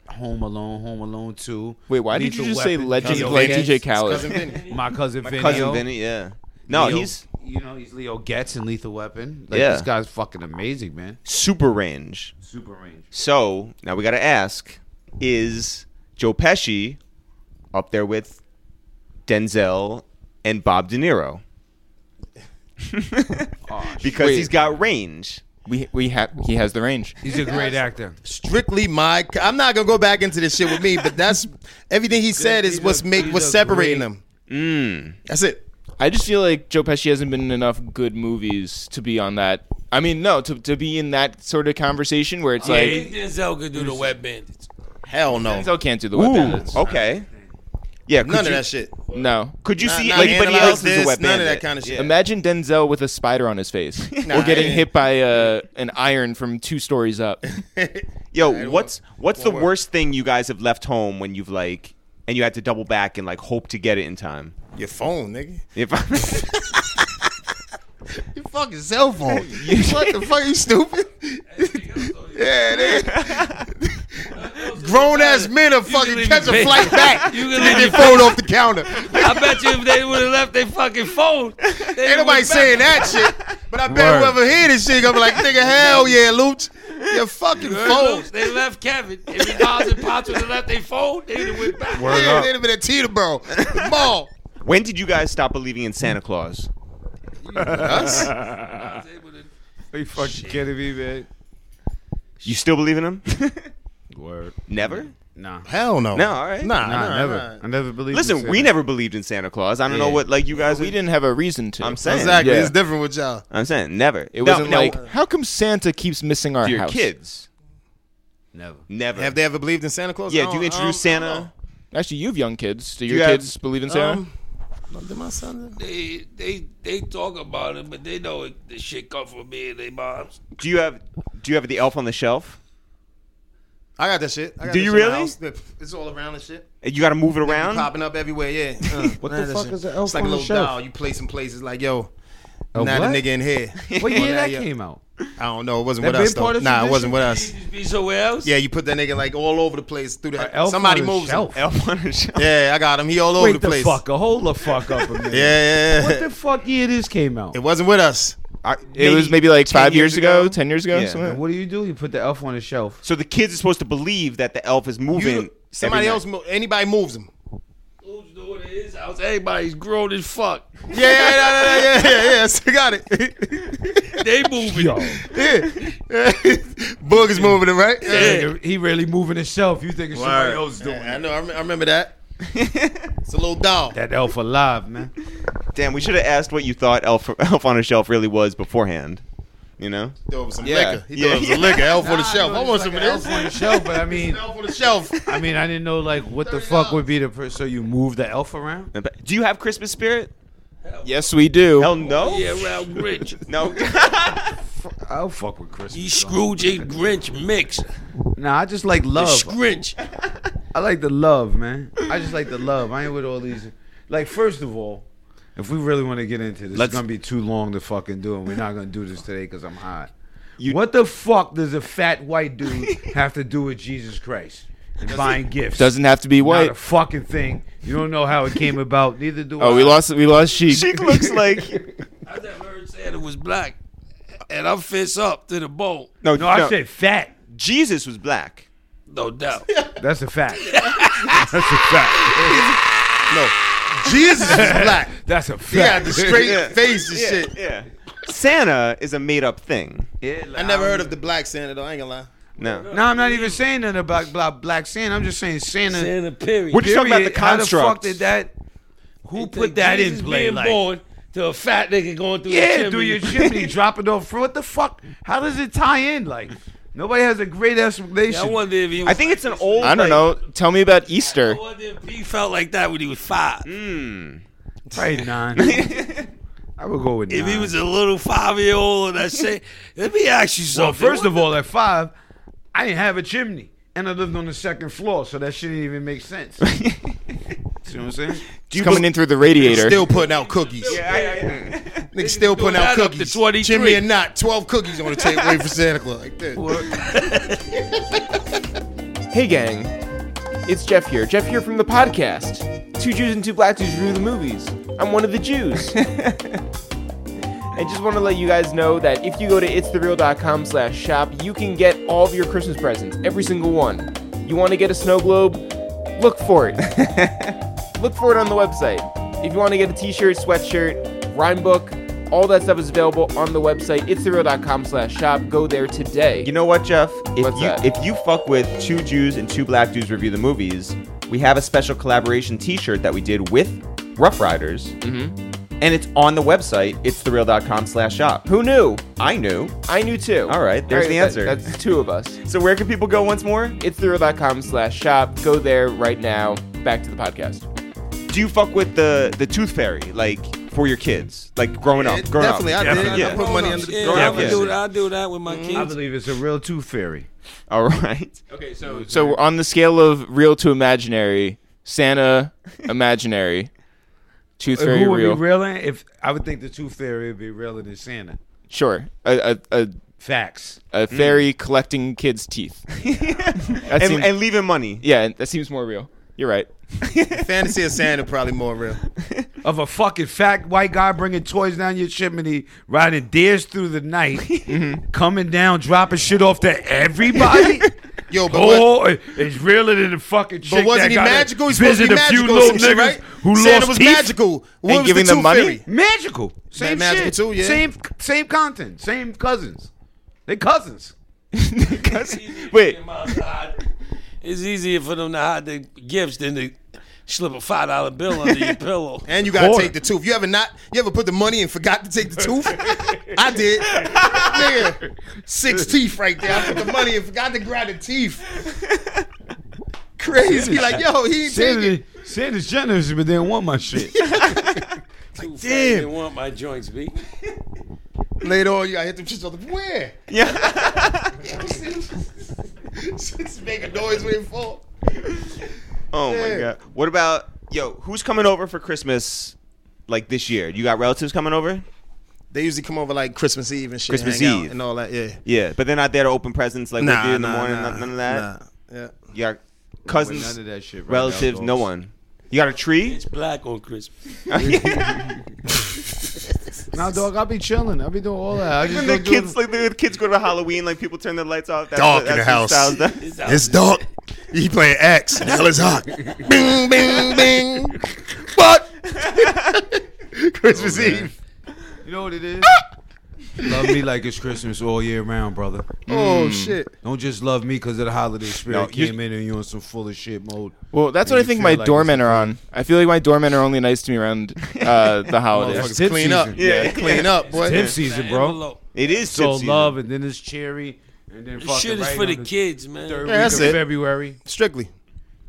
Home Alone, Home Alone Two.
Wait, why did
Lethal
you just say
Weapon,
legend
Leo
like
Getz,
DJ
Cousin
Khaled?
Vinny.
My cousin Vinny.
Cousin Vinny. Yeah. No,
Leo-
he's
you know he's Leo Getz in Lethal Weapon. Like,
Yeah.
this guy's fucking amazing, man.
super range.
Super range.
So now we got to ask: Is Joe Pesci up there with Denzel and Bob De Niro? because
Wait.
he's got range.
We we ha- he has the range.
He's a great actor.
Strictly my. I'm not gonna go back into this shit with me, but that's everything he said is
He's
what's
a-
make
he's
what's
a
separating
great-
them.
Mm.
That's it.
I just feel like Joe Pesci hasn't been in enough good movies to be on that. I mean, no, to to be in that sort of conversation where it's
Yeah,
like
he- Denzel could do the wet bandits.
Hell no.
Denzel can't do the wet bandits.
Okay. Yeah. Could
None
you,
of that shit.
Oh, No.
Could you
Not-
see
not
anybody
analyze
else as a
this,
wet
none of
bandit?
that kind of shit.
Yeah.
Imagine Denzel with a spider on his face,
Nah,
or getting
yeah.
hit by uh, an iron from two stories up.
Yo, what's what's the
won't work.
worst thing you guys have left home when you've like and you had to double back and like hope to get it in time?
Your phone, nigga.
If I,
Your fucking cell phone. what the fuck? You stupid? yeah, nigga. Grown ass men are fucking
leave
catch
your
a flight back.
You
You
can
can
leave
get
your
your phone off the counter.
I bet you if they would have left their fucking phone, they
Ain't
would've
nobody
went
saying
back.
that shit. But I bet whoever hear this shit gonna be like, nigga, hell yeah, Luch. Your fucking phone.
Look, They left Kevin. If he Nas and Potts would have left their phone, they would have went back.
Yeah, they'd have been at Teterboro. The mall.
when did you guys stop believing in Santa Claus?
Us?
Nas able to-
Are you fucking kidding me, man?
You still believe in him?
Word.
Never?
Nah.
Hell no.
No, all right.
Nah,
Nah, nah,
never.
nah.
I never believed. you
Listen,
said
we
that.
never believed in Santa Claus. I don't know what like you guys.
We
would-
didn't have a reason to.
I'm saying
Exactly.
Yeah.
It's different with y'all.
I'm saying never.
It
No,
wasn't
no,
like how come Santa keeps missing our
to your
house?
kids.
Never.
Never.
Have they ever believed in Santa Claus? I
yeah. Do
don't-
you introduce
I don't- I
Santa?
Actually, you've young kids. Do your
have-
kids believe in Santa?
Um, Did my son?
They they they talk about it, but they know it, the shit come from me and they moms.
Do you have Do you have the Elf on the Shelf?
I got that shit. I got
Do
that
you
shit in my
really?
house. Look, It's all around and shit.
You got to move it around.
Popping up everywhere, yeah. Uh, what
the fuck is an elf
It's like
on
a
the
little
shelf?
doll. You place in places like, yo,
A
now
what?
the nigga in here.
What year
Well, now
that
you-
came out?
I don't know. It wasn't
That
with us
been part
though.
of
Nah, it wasn't
tradition?
with us.
He just be somewhere else.
Yeah, you put that nigga like all over the place through
An
that.
elf
Somebody
on a
moves him.
shelf.
Elf on a Shelf.
Yeah, I got him. He all over
Wait
the
the
place.
fuck. A hold the fuck up a minute.
Yeah, yeah, yeah.
What the fuck year this came out?
it wasn't with us.
It was maybe like five years, ago, ten years ago.
Yeah.
something.
And what do you do? You put the elf on the shelf.
So the kids are supposed to believe that the elf is
You-
moving.
somebody
every
else,
night.
mo- anybody moves him.
Who's doing it in his house? Everybody's grown as fuck.
Yeah, yeah, yeah, yeah, yeah, yeah, yeah. So got it.
They moving.
Yo,
Boog is moving him, right? Yeah.
he really moving himself. You thinking somebody else doing
Yeah, I
it?
know. I, rem- I remember that. it's a little doll.
That elf alive, man.
Damn, we should have asked what you thought Elf Elf on a Shelf really was beforehand. You know.
threw over some
Yeah.
liquor. He
Yeah.
threw over some liquor. Elf on the shelf. I
know,
want
it's
some of
like
this.
an elf on the shelf, but I mean,
Elf on the shelf.
I mean, I didn't know like what the fuck would be the person. So you move the elf around?
Do you have Christmas spirit?
Yes, we do.
Hell no.
Yeah, around Grinch.
No.
I'll fuck with Christmas.
You Scrooge and Grinch mix.
Nah, I just like love.
Scrinch.
I like the love, man. I just like the love. I ain't with all these. Like, first of all, if we really want to get into this, it's gonna be too long to fucking do, and we're not gonna do this today because I'm hot. what the fuck does a fat white dude have to do with Jesus Christ and buying gifts?
Doesn't have to be
Not
white.
a fucking thing. You don't know how it came about. Neither do I.
oh, we lost. We lost sheep.
She looks like.
I never heard Santa was black. And I'm fist up to the bone.
No,
No, I said fat.
Jesus was black.
No doubt.
That's a fact. That's a fact.
No. Jesus is black.
That's a
He had
fact.
the straight
Yeah.
face and shit.
Yeah. Santa is a made up thing.
I never heard of the black Santa though. I ain't gonna lie.
No.
No, I'm not even saying nothing about black, black Santa. I'm just saying Santa.
Santa period.
We're just talking about the
Period. How the fuck
construct.
did that? Who
They
put
take
that
Jesus
in play?
Being
Like,
born to a fat nigga going through the
yeah,
chimney.
do your chimney, drop it off. What the fuck? How does it tie in? Like, nobody has a great explanation.
I wonder if he. Was
I think it's an old.
I don't know. Tell me about Easter.
I wonder if he felt like that when he was five.
Probably nine. I would go with nine.
If he was a little five year old and I say, let me ask you
well,
something.
first of all, at five, I didn't have a chimney, and I lived on the second floor, so that shit didn't even make sense. See what I'm saying?
It's coming in through the radiator.
Still putting out cookies. Niggas still putting out
that up to
cookies.
23.
Chimney and not, twelve cookies on the table waiting for Santa Claus. Like this.
Hey, gang. It's Jeff here. Jeff here from the podcast. Two Jews and Two Black Dudes Review the Movies. I'm one of the Jews. I just want to let you guys know that if you go to itsthereal.com slash shop, you can get all of your Christmas presents, every single one. You want to get a snow globe? Look for it. look for it on the website. If you want to get a t-shirt, sweatshirt, rhyme book, all that stuff is available on the website, itsthereal.com slash shop. Go there today.
You know what, Jeff? If
What's
you
that?
if you fuck with two Jews and two black dudes review the movies, we have a special collaboration T-shirt that we did with Rough Riders,
Mm-hmm.
and it's on the website. It's thereal.com slash shop.
Who knew?
I knew.
I knew too.
All right, there's the
that-
answer.
that's two of us.
So where can people go once more?
It's thereal.com slash shop. Go there right now. Back to the podcast.
Do you fuck with the the tooth fairy like for your kids, like growing
Yeah,
up? Growing
definitely,
up.
I did.
Yeah.
I put money under the
yeah,
door.
I,
Yeah,
would
yeah.
do, that- I do that with my kids.
I believe it's a real tooth fairy.
All right.
Okay, so
So on the scale of real to imaginary, Santa imaginary, tooth
Uh,
fairy
who would
real.
be realer? If I would think the tooth fairy would be realer than Santa.
Sure, a a, a,
Facts.
Mm.
a fairy collecting kids' teeth. that
And,
seems,
and leaving money.
yeah, that seems more real. You're right.
Fantasy of Santa probably more real.
Of a fucking fat white guy bringing toys down your chimney, riding deers through the night,
Mm-hmm.
coming down, dropping shit off to everybody.
Yo, but what-
oh, it- it's realer than the fucking chick
but wasn't
that
he
gotta
magical? He's supposed to be
visit a few
magical, or
little
some shit,
niggas
right?
Who
Santa
lost
was
teeth.
magical. What was
giving
the
them
tooth
money?
fairy?
Magical. Same
magical
shit.
too, yeah.
Same same content. Same cousins. They cousins.
He's
Wait.
in my side. It's easier for them to hide their gifts than to slip a five dollar bill under your pillow.
And you gotta take the tooth. You ever not? You ever put the money and forgot to take the tooth? I did. Nigga, six teeth right there. I put the money and forgot to grab the teeth. Crazy. Like yo, he ain't taking.
Sandy, Sandy's generous, but they don't want my shit.
Too fat, They want my joints, B.
Later on, you gotta hit them shits off the where?
Yeah.
Shits make a noise when it fall.
Oh my
Yeah.
god. What about yo? Who's coming over for Christmas? Like this year, you got relatives coming over?
They usually come over like Christmas Eve and shit.
Christmas
hang out
Eve.
and all that. Yeah.
Yeah, but they're not there to open presents like we do in the morning. none- none of that.
Nah. Yeah.
You got
None
cousins,
of that shit. right now,
relatives, no
dogs.
one. You got a tree?
It's black on Christmas.
Nah, dog, I'll be chilling. I'll be doing all that. I just
When
go
the
do
kids like the kids go to Halloween, like people turn their lights off. That's
Dark
what-
in the
that's what
house.
Styles does.
It's,
It's dark. He playing X. The hell is hot. bing, bing, bing. But Christmas Eve.
You know what it is?
Love me like it's Christmas all year round, brother.
Oh shit.
Don't just love me because of the holiday spirit.
you-
came in and you on some full of shit mode.
Well, that's what
You
I think
feel
my
like
doormen
it's a
are on. I feel like my doormen are only nice to me around uh, the holidays.
Motherfuckers clean up. Yeah, clean up, boy.
Tip season, bro.
Envelope.
It is
So
tip season.
love, and then it's cherry, and then
This
fucking
shit is
right
for
on
the kids, man.
Third
Yeah, that's
week of
it.
February.
Strictly.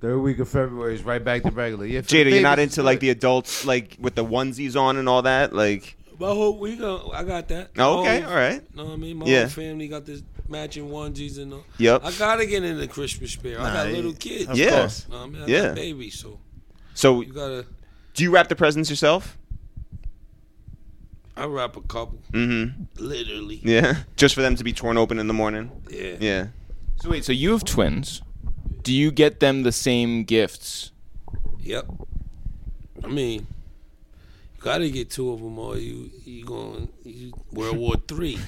Third week of February is right back to regular. Yeah, for the
Jada, you're not
babies, it's
into like
good.
the adults like with the onesies on and all that. Like,
My whole we go. I got that.
oh, okay,
Oh,
all right.
You know what I mean? My
Yeah.
whole family got this matching onesies and all.
Yep.
I gotta get in the Christmas spirit. I got
Nah,
little
yeah.
kids.
Of
Yeah.
course.
You know what I mean? I
Yeah.
got babies, so
So,
you gotta.
do you wrap the presents yourself?
I wrap a couple,
Mm-hmm.
literally.
Yeah, just for them to be torn open in the morning.
Yeah.
Yeah.
So wait, so you have twins. Do you get them the same gifts?
Yep. I mean, you gotta get two of them, or you you going you World War Three,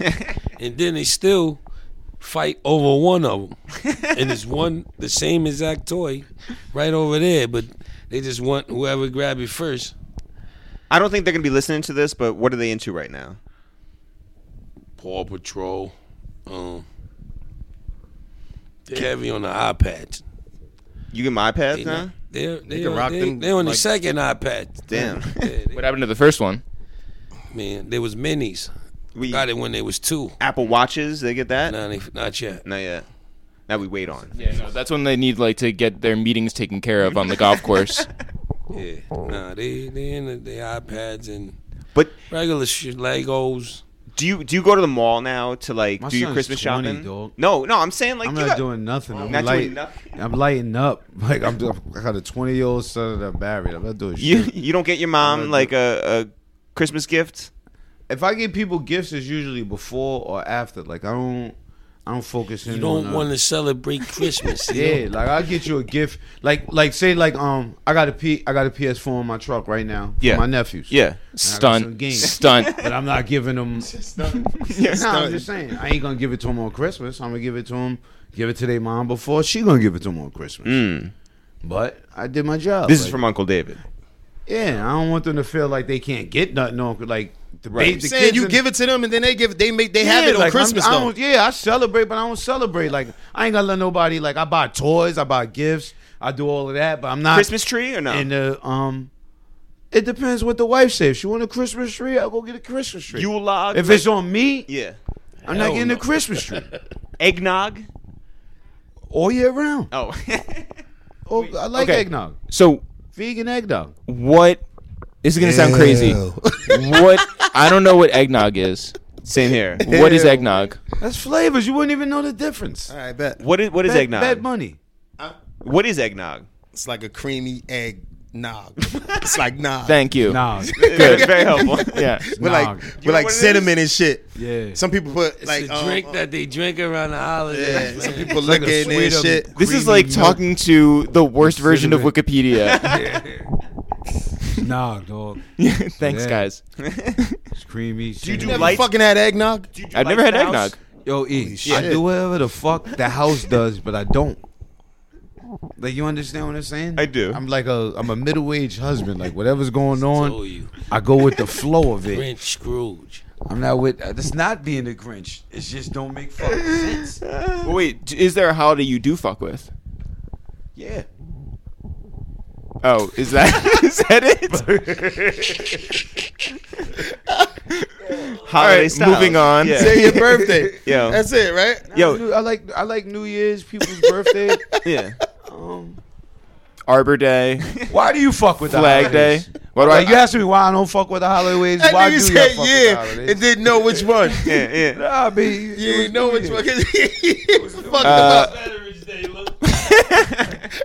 and then they still fight over one of them, and it's one the same exact toy, right over there, but they just want whoever grab it first.
I don't think they're gonna be listening to this, but what are they into right now?
Paw Patrol. Um, they're heavy on the iPads.
You get my
They
iPads
not-
now?
They're, they're,
can rock
they,
them
they're on the
like-
second iPad.
Damn.
Yeah, they-
What happened to the first one?
man, there was minis.
We
Got it when they was two.
Apple Watches, they get that?
Nah, they, not yet.
Not yet. That we wait on.
Yeah, no, that's when they need like to get their meetings taken care of on the golf course.
Yeah,
Oh.
nah, they they in the, the iPads and
But
regular shit, Legos.
do you do you go to the mall now to like
My
do your
son's
Christmas
20,
shopping?
dog.
No, no, I'm saying like
I'm
you
not
got-
doing nothing. I'm
Not doing
light,
nothing?
I'm lighting up. Like I'm. I got a 20 year old son that I married. I'm not doing
you
shit.
you don't get your mom
not
like a, a Christmas gift.
if I give people gifts, it's usually before or after. Like I don't. I don't focus in.
You
on,
don't
uh,
want to celebrate Christmas. you
Yeah,
know?
like I'll get you a gift. Like like say like um I got a P I got a PS4 in my truck right now. For
Yeah.
My nephews.
Yeah.
Stunt,
games.
stunt.
But I'm not giving them No, I'm just saying. I ain't gonna give it to them on Christmas. I'm gonna give it to them give it to their mom before she gonna give it to them on Christmas. But I did my job.
Hmm. This is
Like,
from Uncle David.
Uh, Yeah, I don't want them to feel like they can't get nothing on like the
Right.
babe- the
Saying
kids
you
in-
give it to them and then they give they make they have
Yeah,
it on
like, I'm-
Christmas
I
though.
don't- yeah, I celebrate, but I don't celebrate. Like I ain't gonna let nobody like I buy toys, I buy gifts, I do all of that, but I'm not
Christmas tree or no?
And uh, um, it depends what the wife says. If she want a Christmas tree, I'll go get a Christmas tree.
Yule log.
if it's on me,
yeah.
I'm not
Hell
getting
no.
a Christmas tree
Eggnog.
all year round.
Oh.
Oh, I like
okay.
eggnog,
So
vegan eggnog.
what? This is gonna sound crazy. What? I don't know what eggnog is.
Same here.
What is eggnog?
That's flavors. You wouldn't even know the difference.
All right, bet.
What is what is
Bet-
eggnog?
Bet money.
What is eggnog?
It's like a creamy egg nog. It's like nog.
Thank you.
Nah,
Very helpful.
Yeah.
With like
Nog.
with like
what it
cinnamon and shit.
yeah.
Some people put
It's
like
a drink
um,
that they drink around the holidays.
yeah, some
man.
people lick
a
it and
sweet, um,
shit.
This is
Creamy
like
milk.
talking to the worst version of Wikipedia.
Nah, dog.
Thanks,
Yeah.
guys.
It's creamy.
you do
cinnamon.
You
lights-
fucking had eggnog?
I've never had eggnog.
Yo, E,
shit.
I do whatever the fuck the house does, but I don't. Like you understand what I'm saying?
I do.
I'm like a I'm a middle aged husband. Like whatever's going
Told
on,
you,
I go with the flow of it.
Grinch Scrooge.
I'm not with. That's not being a Grinch. It just don't make fucking sense.
Uh, Wait, d- is there a holiday you do fuck with?
Yeah.
Oh, is that is that it?
Holiday style.
moving on.
Yeah.
Say your birthday.
Yo.
That's it, right?
Yo,
I like I like New Year's, people's birthday.
yeah.
Arbor Day,
Why do you fuck with the
Flag Day.
holidays?
What do
Like, you
I?
asking me why I don't fuck with the holidays?
That
Why do
nigga
you
said
fuck with the
yeah and
holidays?
didn't know which one.
Yeah, yeah.
Nah, I mean, it
You
was
didn't know
New
which
Year's.
one because he was fucked up.
Veterans Day, look.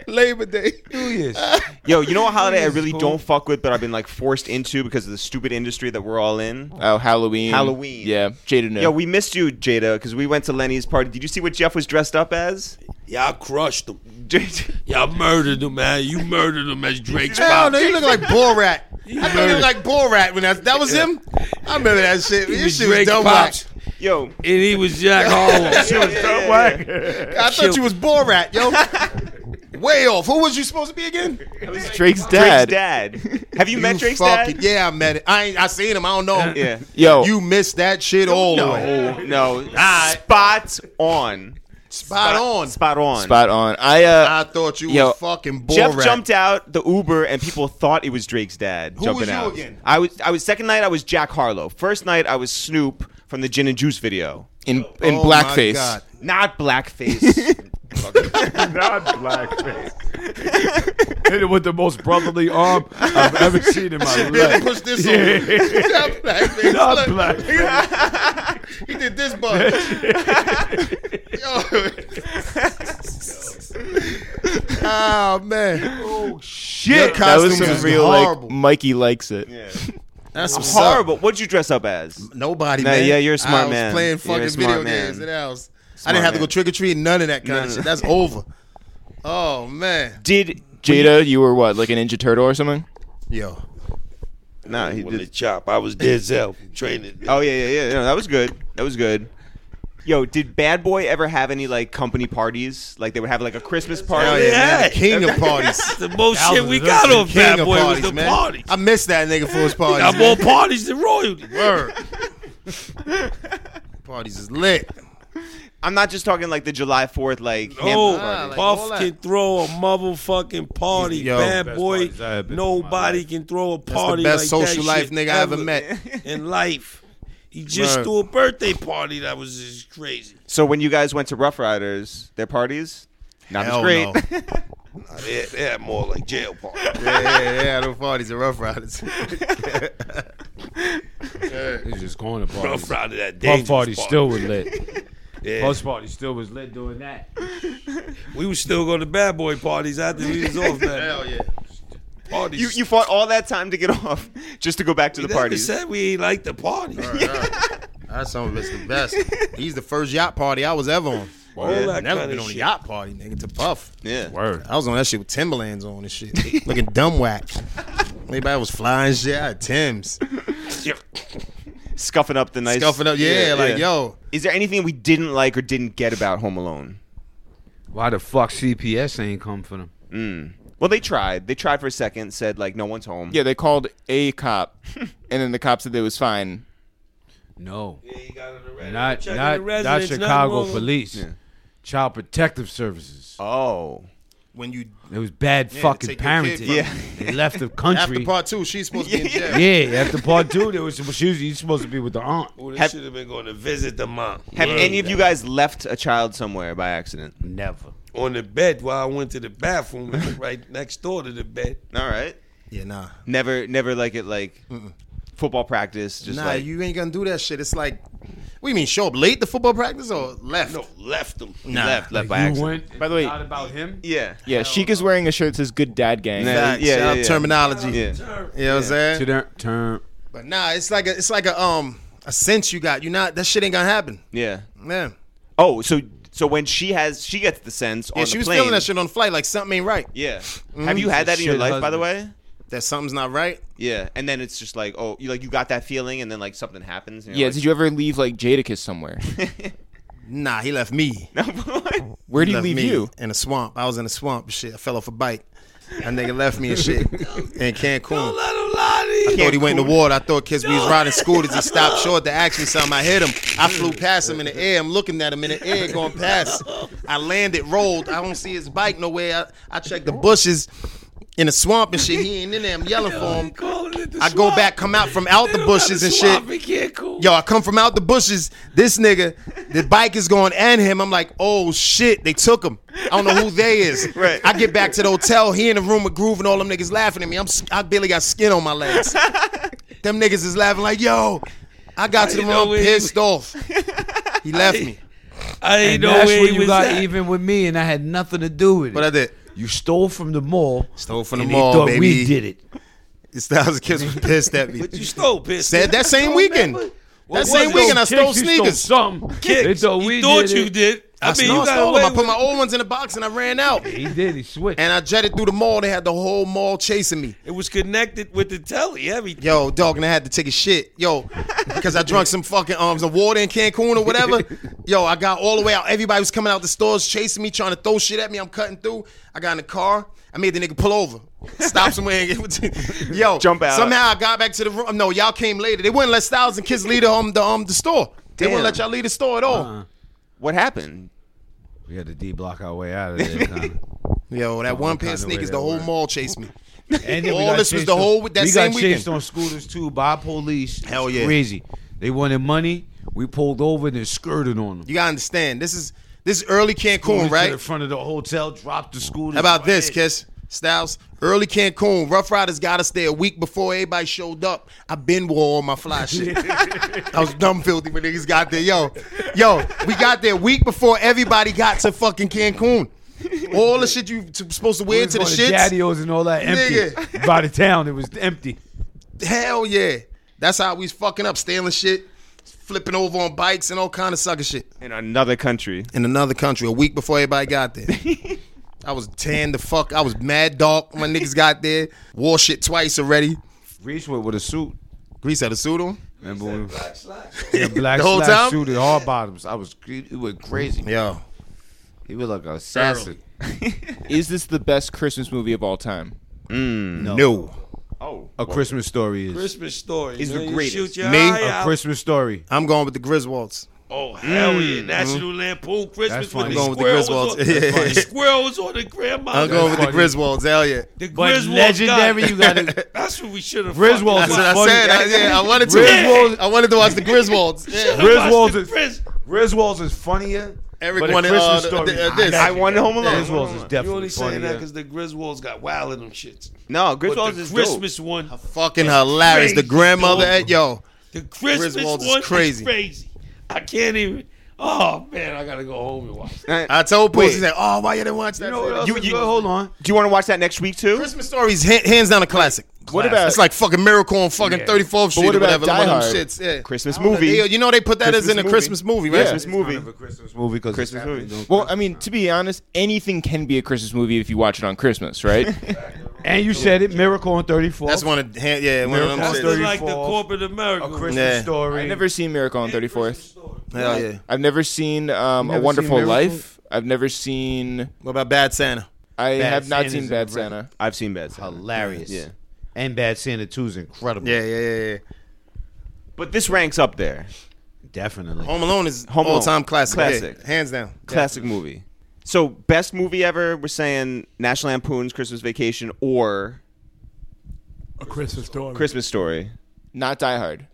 Labor Day.
New Year's.
Yo, you know what holiday I really don't fuck with, but I've been like forced into because of the stupid industry that we're all in?
Oh, Halloween.
Halloween.
Yeah, Jada knew.
Yo, we missed you, Jada, because we went to Lenny's party. Did you see what Jeff was dressed up as?
Y'all crushed them.
J-
Y'all murdered them, man. You murdered them as Drake's
Hell
pop.
no, you look like Borat. I thought you looked like Borat when that that was him. I remember that shit.
He
This
was
shit was
Drake
dumb
Pops,
Yo,
and he was Jack Harlow.
whack. I thought you was Borat, yo. Way off. Who was you supposed to be again?
Drake's
Drake's
dad.
dad. Have you, met Drake's
fucking-
dad?
Yeah, I met it. I ain't, I seen him. I don't know. him.
Yeah.
Yo,
You missed that shit all the way.
No. Spot on.
Spot on.
Spot on.
spot on. I uh,
I thought you
Yo,
was fucking Borat.
Jeff jumped out the Uber and people thought it was Drake's dad
Who
jumping
was you
out.
again?
I was I was second night I was Jack Harlow. First night I was Snoop from the Gin and Juice video.
in in
Oh my
blackface.
God.
Not blackface.
Not blackface. Hit it with the most brotherly arm I've ever seen in my
Really
life.
push this on. Not blackface.
Not
Look,
blackface.
He did this bunch. Yo. oh man. Oh shit.
That was
costumes
some
is
real
horrible.
like Mikey likes it.
That's some
Horrible. What'd you dress up as?
Nobody,
Nah,
man.
yeah, you're a smart
I was
man. You're
playing
a
fucking
smart
video
man.
games in the house. I didn't have to
man.
go trick or treating, none of that kind
None
of
of
shit.
that.
That's over. Oh man.
Did
Jada, you were what, like a Ninja Turtle or something?
Yo.
Nah, he
With the
did.
chop, I was Denzel training.
Oh yeah, yeah, yeah. No, that was good. That was good. Yo, did Bad Boy ever have any like company parties? Like they would have like a Christmas party.
Hell yeah, man.
yeah.
The king of parties.
The most shit we got on
King
Bad
of
Boy was
parties,
the
man.
parties.
I missed that nigga for his parties.
Got
man.
more parties than royalty.
Word. Parties is lit.
I'm not just talking like the July 4th like.
No,
ham-
party. Nah,
Buff
Oh, like, all
can
that.
throw a motherfucking party.
Yo.
Bad
Best
boy,
parties I have been to my
nobody
life.
can throw a
That's
party
the best
like
social
that
life
shit
nigga I ever met.
in life. He just
Right.
threw a birthday party that was just crazy.
So when you guys went to Rough Riders, their parties, not as
Hell
great.
no.
Nah, They, they had more like jail parties.
Yeah, yeah, yeah. Those parties are Rough Riders.
It's just going to
Rough
parties.
Rider that day.
Puff party still was lit.
Yeah.
Puff party still was lit doing that.
We was still going to bad boy parties after we was off that
Hell yeah.
party.
you you fought all that time to get off just to go back to the
They
parties.
said we ain't like the party.
That's some of it's the best. He's the first yacht party I was ever on.
All that
Never
kind
been on
of
a
shit.
yacht party, nigga, to puff.
Yeah.
Word.
I was on that shit with Timberlands on and shit. Looking dumb whack. Everybody was flying shit. I had Tim's.
Scuffing up the nice.
Scuffing up. Yeah, like, yo.
Is there anything we didn't like or didn't get about Home Alone?
Why the fuck CPS ain't come for them?
Well, they tried. They tried for a second, said, like, no one's home.
Yeah, they called a cop, and then the cop said they was fine.
No.
They got on the red-
Not
checking
not
the
not
residence, nothing
Chicago
wrong with-
police. Child Protective Services.
Oh.
When you
It was bad
to
fucking
take your kid
parenting.
from
Yeah.
They left the
after
country.
part two, she's supposed to be in jail.
yeah, after part two, there was she was, you supposed to be with the aunt.
Oh, they
Have-
should have been going to visit the mom.
Have any of you guys left a child somewhere by accident?
Never.
on the bed while I went to the bathroom it was right next door to the bed.
All right.
Yeah, nah.
Never, never like it, like football practice. Just
nah,
like,
you ain't gonna do that shit. It's like, what do you mean, show up late to football practice or left?
No, left them.
nah.
left, left by
you
accident.
went.
By the way-
not about him.
Yeah.
Yeah, Sheik is wearing a shirt that says "Good Dad Gang."
Nah.
Facts.
Yeah,
Shout
yeah,
out
yeah.
terminology.
Turn.
You know what I'm saying?
To their term.
But nah, it's like a, it's like a um a sense you got. You not that shit ain't gonna happen.
Yeah.
Man,
Oh, so so when she has, she gets the sense
yeah,
on
she
the
was
plane.
feeling that shit Mm-hmm. on the flight. Like something ain't right.
Yeah. Have you had that in your
Shit
life, by the way?
husband.
That something's not right.
Yeah. And then it's just like, oh, you like you got that feeling, and then like something happens. And
Yeah,
you're
did you ever leave like Jadakiss somewhere?
Nah, he left me.
like,
Where did he
left
leave
me
you?
in a swamp. I was in a swamp. and Shit, I fell off a bike. That nigga left me and shit in Cancun.
Let him lie
I thought he went in the water. I thought because we was riding scooters, he stopped short to ask me something. I hit him. I flew past him in the air. I'm looking at him in the air going past. I landed, rolled. I don't see his bike nowhere. I, I checked the bushes in the swamp and shit. He ain't in there. I'm yelling for him. I go back, come out from out the bushes and shit. Yo, I come from out the bushes. This nigga, the bike is going and him. I'm like, oh shit, they took him. I don't know who they is.
Right.
I get back to the hotel. He in the room with Groove and all them niggas laughing at me. I'm s- I barely got skin on my legs. them niggas is laughing like, yo, I got to the
you know
room
where he
pissed off. He left me,
I didn't
And
know
that's
where
where
he
you
was
got
at.
even with me, and I had nothing to do with it.
but I did.
you stole from the mall.
Stole from the
and
mall,
they thought
baby.
we did it.
Styles Kids was pissed at me.
But you stole piss.
Said that same weekend. That same weekend, I stole sneakers.
Some They
Kicks.
thought
you
we
thought
did
you
it.
did. I,
I,
mean,
no,
you
I
got
stole
away
them. I
with
put my old ones in the box and I ran out.
He did. He switched.
And I jetted through the mall. They had the whole mall chasing me.
it. was connected with the telly. Everything.
Yo, dog, and I had to take a shit. Yo, because I drunk some fucking um, some water in Cancun or whatever. Yo, I got all the way out. Everybody was coming out the stores chasing me, trying to throw shit at me. I'm cutting through. I got in the car. I made the nigga pull over. Stop somewhere and get Yo,
Jump out.
Somehow I got back to the room. No, y'all came later. They wouldn't let Styles and Kids leave the, um, the, um, the store. They wouldn't
Damn.
let y'all leave the store at all.
What happened?
We had to D block our way out of there. kinda.
Yo, that one pair of
kinda way
sneakers,
that
the whole
worked.
mall chased me.
And then we
All
got
this was
chased
the
on-
whole- that
we
same
got
weekend.
chased on scooters too by police.
Hell
It's
yeah.
crazy. They wanted money. We pulled over and then skirted on them.
You gotta understand. This is this is early Cancun,
In
right?
front of the hotel, dropped the scooters.
How about this,
kid?
Kiss Styles? Early Cancun. Rough Riders got us there a week before everybody showed up. I been wore all my fly shit. I was dumb filthy when niggas got there. Yo, yo, we got there a week before everybody got to fucking Cancun. All the shit you t- supposed to wear
It's
to the
one of
shits.
Daddios and all that empty.
Nigga.
By the town, it was empty.
Hell yeah. That's how we was fucking up, stealing shit, flipping over on bikes and all kind of sucker shit.
In another country.
in another country a week before everybody got there. I was tan the fuck. I was mad dog. when My niggas got there. Wore shit twice already.
Reach with, with a suit.
Grease had a suit on.
Remember when Yeah, black
The whole
slash
time?
suit and hard bottoms. I was it was crazy.
Yo.
He was like an assassin.
Is this the best Christmas movie of all time?
No.
A Christmas story is
Christmas story.
It's
you
the
know, you
greatest.
Shoot your
Me?
eye
a
out.
Christmas story.
I'm going with the Griswolds.
Oh hell yeah! National Lampoon Christmas
That's funny.
when the
I'm
squirrel
going with the
was on
Griswolds.
the squirrel was on the grandma.
I'm going with the Griswolds. Hell yeah.
the
But
Griswold
legendary, you got to
That's what we should have.
Griswold
That's
was
what I
funny.
said. I, yeah, I wanted to.
Griswolds-
I wanted to watch the Griswolds. Yeah.
Griswold's is, Griswold's is funnier.
Eric
but a
wanted uh,
Christmas
the,
story.
the- uh, this.
I won Home Alone.
Griswold's is
You only
definitely
saying
funnier.
that because the Griswolds got wild in them shits.
No,
But
Griswold's
the
is
Christmas one,
Fucking hilarious. The
Crazy
grandmother.
dog.
At, yo.
the Christmas
Griswolds is
one
crazy.
is crazy. I can't even. Oh man, I gotta go home and watch. That.
I told Pussy,
Wait.
he said, "Oh, why you didn't watch that?"
dope. You, you-
Hold on.
do you want to watch that next week too?
Christmas stories, ha- hands down, a classic.
What about-
It's like fucking Miracle on fucking 34th Street
what
or
about
whatever.
Die
one of
Hard?
them shits. Yeah.
Christmas
I don't know.
movie.
Yeah, You know they put that as
Christmas
in a
movie.
Christmas movie, right?
Yeah.
Christmas movie.
movie.
Christmas movie because
Christmas movie.
Well, I mean, to be honest, anything can be a Christmas movie if you watch it on Christmas, right?
And you said it, Miracle on 34.
That's one of the- yeah, one of them
Miracle on
That's
shits.
the, like the
34th.
corporate America.
a Christmas
Yeah.
story.
I've never seen Miracle on 34th.
Hell yeah.
I've never seen um,
never
A Wonderful
seen Miracle?
Life. I've never seen.
What about Bad Santa?
I
Bad
have not
Santa's
seen
in
Bad
the
Santa.
I've seen Bad Santa.
hilarious.
Yeah.
And Bad Santa 2 is incredible.
Yeah, yeah, yeah. yeah.
But this ranks up there.
Definitely.
Home Alone is
Home Alone.
all-time classic. yeah.
Classic.
hands down.
Classic movie. So best movie ever, we're saying National Lampoon's Christmas Vacation or
A Christmas story.
Christmas Story.
Not Die Hard.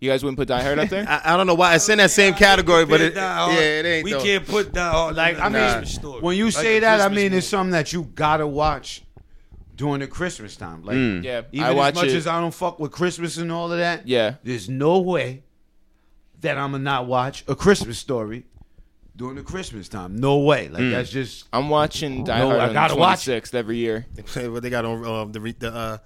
You guys wouldn't put Die Hard up there?
I, I don't know why it's in that same category, but it,
Die Hard.
yeah, it ain't
We
though.
can't put Die Hard.
Like, I mean,
Christmas story.
When you
Like
say
a
that, I
Christmas
mean
movie.
it's something that you gotta watch during the Christmas time. Like,
Mm.
Yeah,
even
I watch
as much
it.
as I don't fuck with Christmas and all of that.
Yeah.
there's no way that I'm gonna not watch a Christmas story during the Christmas time. No way. Like that's just
I'm watching Die
No,
Hard
I
on
gotta
the
watch
26th every year.
They play what they got on um, the re- the uh,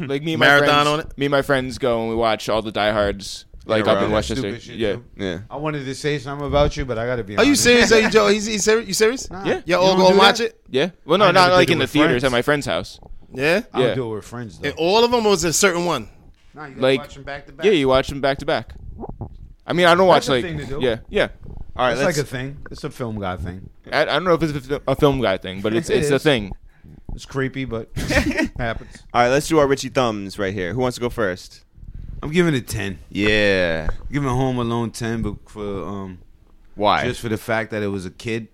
Like me and
Marathon
my friends,
on it?
Me and my friends go and we watch all the Die Hards like
a
up
row.
in
That
Westchester.
stupid shit,
Yeah.
too.
Yeah.
I wanted to say something about you, but I gotta be.
Are you
honest.
serious? Are you Joe? He's, he's serious? You serious?
Yeah.
Y'all
You
all
don't
go
do
and watch
that?
it?
Yeah. Well, no,
I never
not like
did it
in the
with
theaters
friends.
at my friend's house.
Yeah.
I don't
Yeah.
do it with friends though.
And all of them or was it a certain one?
Nah, you gotta
Like,
watch them back to back.
yeah, you watch them back to back. I mean, I don't watch
That's a
like
thing to do.
yeah, yeah.
All right,
It's
let's
like a thing. It's a film guy thing.
I, I don't know if it's a, a film guy thing, but it's
It
it's a
is.
thing.
It's creepy, but happens.
All right, let's do our Richie thumbs right here. Who wants to go first?
I'm giving it ten.
Yeah.
I'm giving Home Alone ten, but for um,
Why?
just for the fact that it was a kid,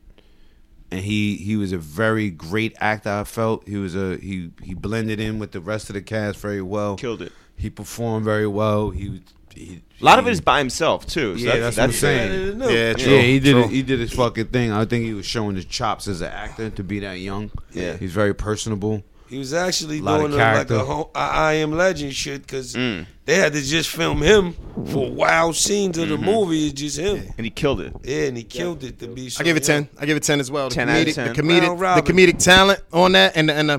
and he he was a very great actor. I felt he was a he he blended in with the rest of the cast very well.
Killed it.
He performed very well. He was. He,
a lot of it is by himself too. So
Yeah,
that's,
that's what I'm
that's-
saying.
Yeah, true.
yeah, he did.
true.
It, he did his fucking thing. I think he was showing his chops as an actor to be that young.
Yeah.
he's very personable.
He was actually
Lot of
doing a, like
character.
a, whole, a I Am Legend shit because they had to just film him for wild scenes of the movie. It's just him.
and he killed it.
Yeah, and he killed it to be. So
I give it
young.
ten. I give it ten as well. The
10
comedic,
out of 10.
The comedic,
Round robin.
the comedic talent on that, and and uh,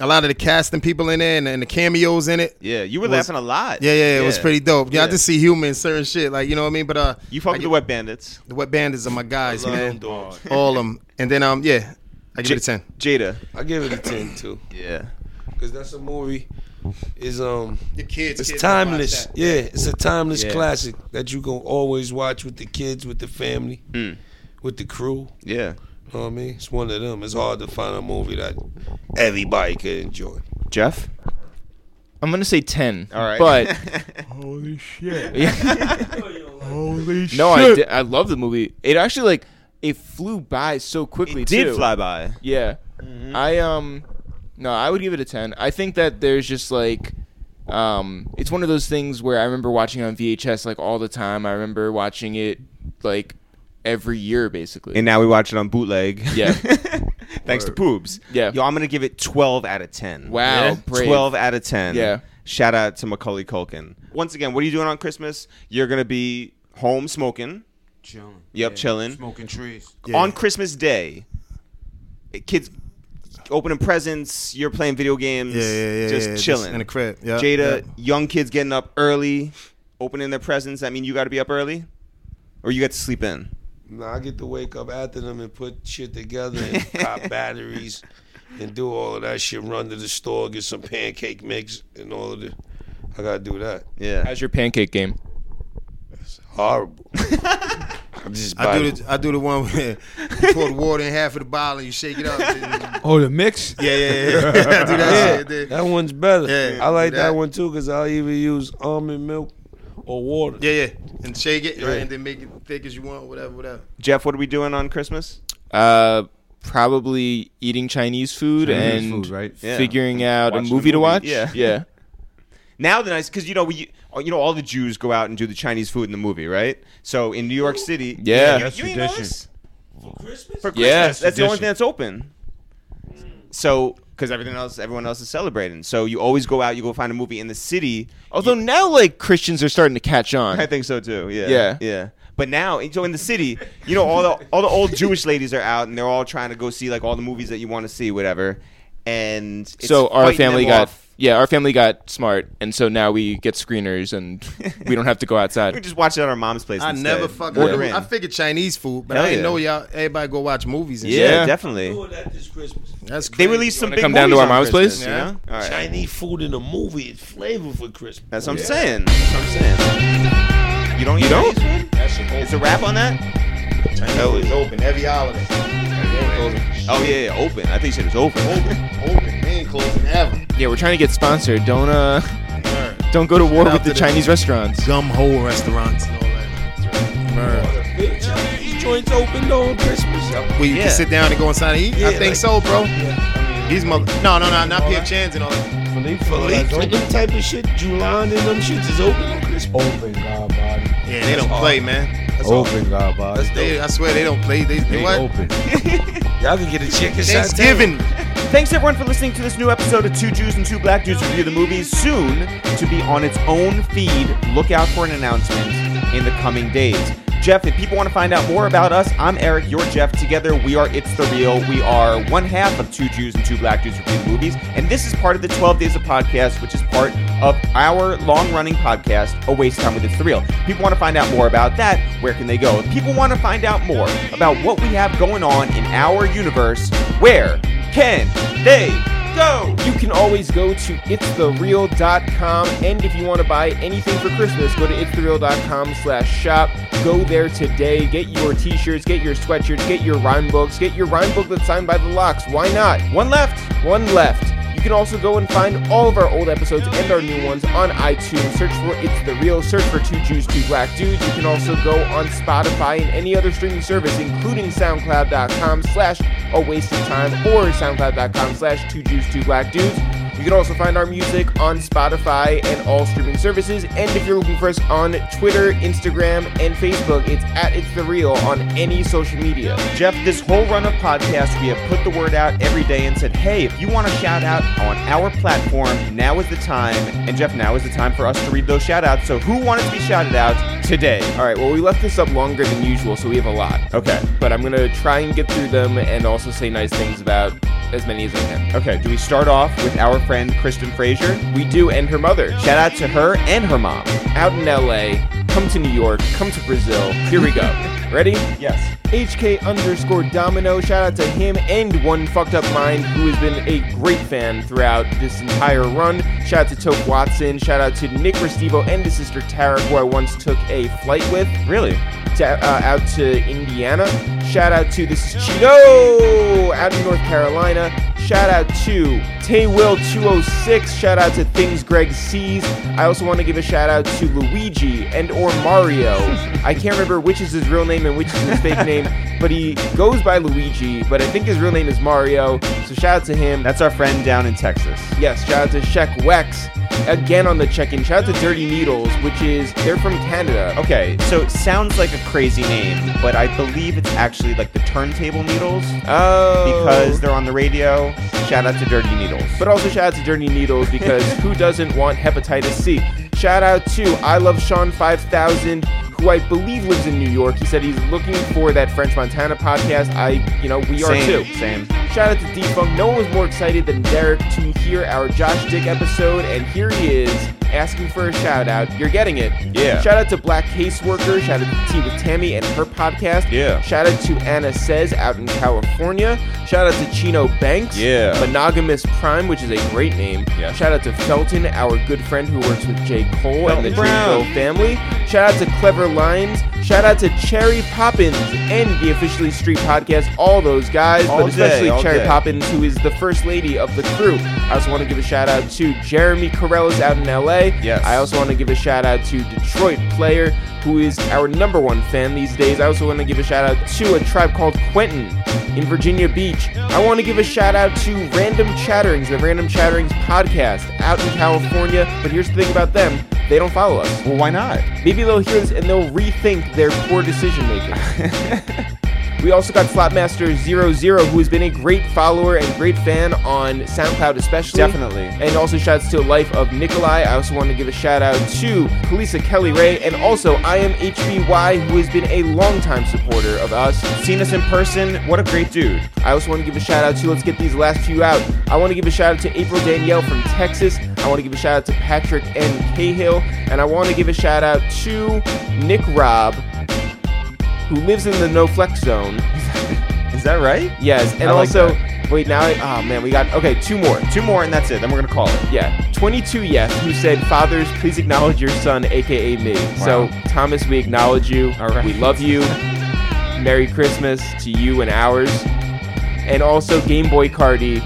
a lot of the casting people in there, and, and the cameos in it.
Yeah, you were
Was-
laughing a lot.
Yeah, yeah, it was pretty dope. Yeah, I
Yeah.
just see humor in certain shit, like you know what I mean. But uh,
You fuck
I
with
gi-
the Wet Bandits.
the wet bandits are my guys,
Love them
man.
dogs.
All of them, and then um, yeah, I give it
J-
a ten.
Jada.
I give it a ten too
Yeah.
because that's a movie. Is um,
The kids,
it's timeless. Yeah, it's a timeless classic that you can always watch with the kids, with the family,
Hmm.
with the crew.
Yeah.
know what I mean? It's one of them. It's hard to find a movie that everybody can enjoy.
Jeff.
I'm gonna say ten.
All right.
but
Holy shit. Holy shit.
no, I did, I love the movie. It actually like it flew by so quickly.
it did
too.
fly by.
Yeah.
Mm-hmm.
I um no, I would give it a 10. I think that there's just like um it's one of those things where I remember watching on VHS like all the time. I remember watching it like every year basically.
And now we watch it on bootleg.
Yeah.
Thanks to Poobs.
Yeah.
Yo, I'm gonna give it 12 out of 10.
Wow, brave.
Twelve out of ten.
Yeah.
Shout out to Macaulay Culkin. Once again, what are you doing on Christmas? You're gonna be home smoking.
Chilling.
Yep, chilling.
Smoking trees.
on Christmas Day, eh, kids opening presents, you're playing video games,
Yeah, yeah, yeah,
just
yeah, just
chilling
in the crib, yeah,
Jada,
yeah.
young kids getting up early, opening their presents. That mean you got to be up early, or you got to sleep in.
Now I get to wake up after them and put shit together and pop batteries and do all of that shit. Run to the store, get some pancake mix and all of the. I gotta do that.
Yeah,
How's your pancake game?
Horrible. I just buy
I do the I do the one where you pour the water in half of the bottle and you shake it up. yeah,
Oh, the mix.
yeah, yeah. yeah. I do that shit. dude.
that one's better.
Yeah,
I like
do
that.
that.
one too because I'll either use almond milk or water.
Yeah, yeah, and shake it,
Yeah.
right, and then make it thick as you want, whatever, whatever.
Jeff, what are we doing on Christmas?
Uh probably eating Chinese food
Chinese
and
food, right?
Yeah.
figuring out
Watching
a
a
movie to
movie.
watch.
Yeah.
Yeah.
Now the nice because you know we uh, you know all the Jews go out and do the Chinese food in the movie, right? So in New York City,
Yeah.
you,
That's
you ain't know this?
Christmas.
for Christmas.
Yeah.
that's the only thing that's open. So, because everything else, everyone else is celebrating. So you always go out, you go find a movie in the city.
Although now like Christians are starting to catch on.
I think so too. Yeah,
Yeah.
yeah. But now, so in the city, you know, all the all the old Jewish ladies are out, and they're all trying to go see like all the movies that you want to see, whatever. And it's
so our
fighting
family
them
got
off.
yeah, our family got smart and so now we get screeners and we don't have to go
We
outside.
just watch it at our mom's place.
I
instead.
never fucking.
Order in.
I figured Chinese food, but
Hell
I didn't
yeah.
know y'all. Everybody go watch movies and
yeah,
shit.
Yeah.
definitely.
Doing that this Christmas.
That's
They
crazy.
released some big
come down to
movies
our
on
mom's
Christmas,
place?
you know? All right.
Chinese food in a movie is flavor for Christmas.
That's what I'm saying. That's what I'm saying. You don't. You don't. It's a wrap on that.
Hell, it's open every holiday. They
Oh yeah, yeah, open. I think you said it's open.
ain't closing. Open. They ain't closing ever.
Yeah, we're trying to get sponsored. Don't uh don't go to war
out
with
to
the
the-
Chinese restaurants.
Gum hole restaurants and all that. Word.
Big Chinese joints opened on Christmas.
Where you
Yeah.
can sit down and go inside and eat. I think
like-
so, bro. These mother. No, no, no, not Pierre Chan's and all that.
Philippe, like them type of shit, Julan and them shits is open on Christmas.
Open God body.
Yeah, they don't play, man.
Open God body.
They, I swear they don't play. They, they
They
what?
open.
Y'all can get a chicken
Thanksgiving.
Thanks everyone for listening to this new episode of Two Jews and Two Black Dudes Review the Movies. Soon to be on its own feed. Look out for an announcement in the coming days. Jeff, if people want to find out more about us, I'm Eric, you're Jeff. Together, we are It's the Real. We are one half of Two Jews and Two Black Dudes Review the Movies. And this is part of the 12 Days of Podcast, which is part of our long running podcast, A Waste Time with It's the Real. If people want to find out more about that, where can they go? If people want to find out more about what we have going on in our universe, where can they go? go.
You can always go to itsthereal.com and if you want to buy anything for Christmas, go to itsthereal.com slash shop. Go there today. Get your t-shirts, get your sweatshirts, get your rhyme books, get your rhyme book that's signed by the locks. Why not?
One left.
One left. You can also go and find all of our old episodes and our new ones on iTunes. Search for It's the Real, search for Two Jews, Two Black Dudes. You can also go on Spotify and any other streaming service, including SoundCloud.com slash A Waste of Time or SoundCloud.com slash Two Jews, Two Black Dudes. You can also find our music on Spotify and all streaming services. And if you're looking for us on Twitter, Instagram, and Facebook, it's at It's The Real on any social media.
Jeff, this whole run of podcasts, we have put the word out every day and said, hey, if you want a shout out on our platform, now is the time. And Jeff, now is the time for us to read those shout outs. So who wanted to be shouted out today?
All right, well, we left this up longer than usual, so we have a lot.
Okay.
But I'm going to try and get through them and also say nice things about as many as I can.
Okay, do we start off with our friend Kristen Frazier?
We do, and her mother.
Shout out to her and her mom.
Out in LA, come to New York, come to Brazil. Here we go. Ready?
Yes.
HK underscore Domino. Shout out to him and One Fucked Up Mind, who has been a great fan throughout this entire run. Shout out to Tope Watson. Shout out to Nick Restivo and his sister Tara, who I once took a flight with.
Really?
To, uh, out to Indiana. Shout out to this is Cheeto out in North Carolina. Shout out to Taywill206. Shout out to Things Greg Sees. I also want to give a shout out to Luigi and or Mario. I can't remember which is his real name and which is his fake name, but he goes by Luigi, but I think his real name is Mario. So shout out to him.
That's our friend down in Texas.
Yes, shout out to Shek Wex. Again on the check-in. Shout out to Dirty Needles, which is they're from Canada.
Okay, so it sounds like a crazy name, but I believe it's actually like the turntable needles
Oh,
because they're on the radio. Shout out to Dirty Needles.
But also shout out to Dirty Needles because who doesn't want hepatitis C? Shout out to I Love Sean 5000, who I believe lives in New York. He said he's looking for that French Montana podcast. I, you know, we are too.
same, same.
Shout out to Defunk. No one was more excited than Derek to hear our Josh Dick episode, and here he is asking for a shout out. You're getting it.
Yeah.
Shout out to Black Caseworker. Shout out to Tea with Tammy and her podcast.
Yeah.
Shout out to Anna Says out in California. Shout out to Chino Banks.
Yeah.
Monogamous Prime, which is a great name.
Yeah.
Shout out to Felton, our good friend who works with J. Cole
Felton
and the
Brown.
J. Cole family. Shout out to Clever Lines. Shout out to Cherry Poppins and the Officially Street Podcast. All those guys,
All
but especially
day, all
Cherry
day.
Poppins, who is the first lady of the crew. I also want to give a shout out to Jeremy Corellis out in LA.
Yes.
I also want to give a shout out to Detroit Player, who is our number one fan these days. I also want to give a shout out to a tribe called Quentin in Virginia Beach. I want to give a shout out to Random Chatterings, the Random Chatterings podcast out in California. But here's the thing about them they don't follow us.
Well, why not?
Maybe they'll hear this and they'll rethink their poor decision making. we also got Flopmaster00, who has been a great follower and great fan on SoundCloud, especially.
Definitely.
And also shouts to Life of Nikolai. I also want to give a shout out to Kalisa Kelly Ray and also I am HBY, who has been a longtime supporter of us.
Seen us in person. What a great dude.
I also want to give a shout out to, let's get these last few out. I want to give a shout out to April Danielle from Texas. I want to give a shout out to Patrick N. Cahill. And I want to give a shout out to Nick Robb, who lives in the no flex zone.
Is that right?
Yes. And
I like
also, wait, now I, oh man, we got, okay, two more.
Two more and that's it. Then we're gonna call it.
Yeah. 22 Yes, who said, Fathers, please acknowledge your son, aka me. So, Thomas, we acknowledge you.
All right.
We love you. Merry Christmas to you and ours. And also Game Boy Cardi,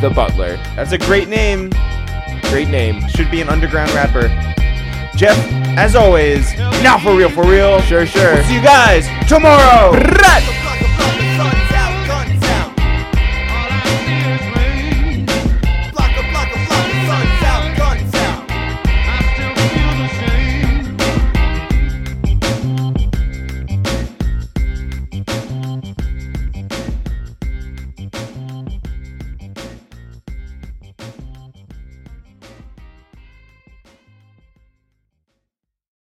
the butler.
That's a great name.
Great name.
Should be an underground rapper. Jeff, as always, now for real, for real.
Sure, sure.
See you guys tomorrow.
Rat!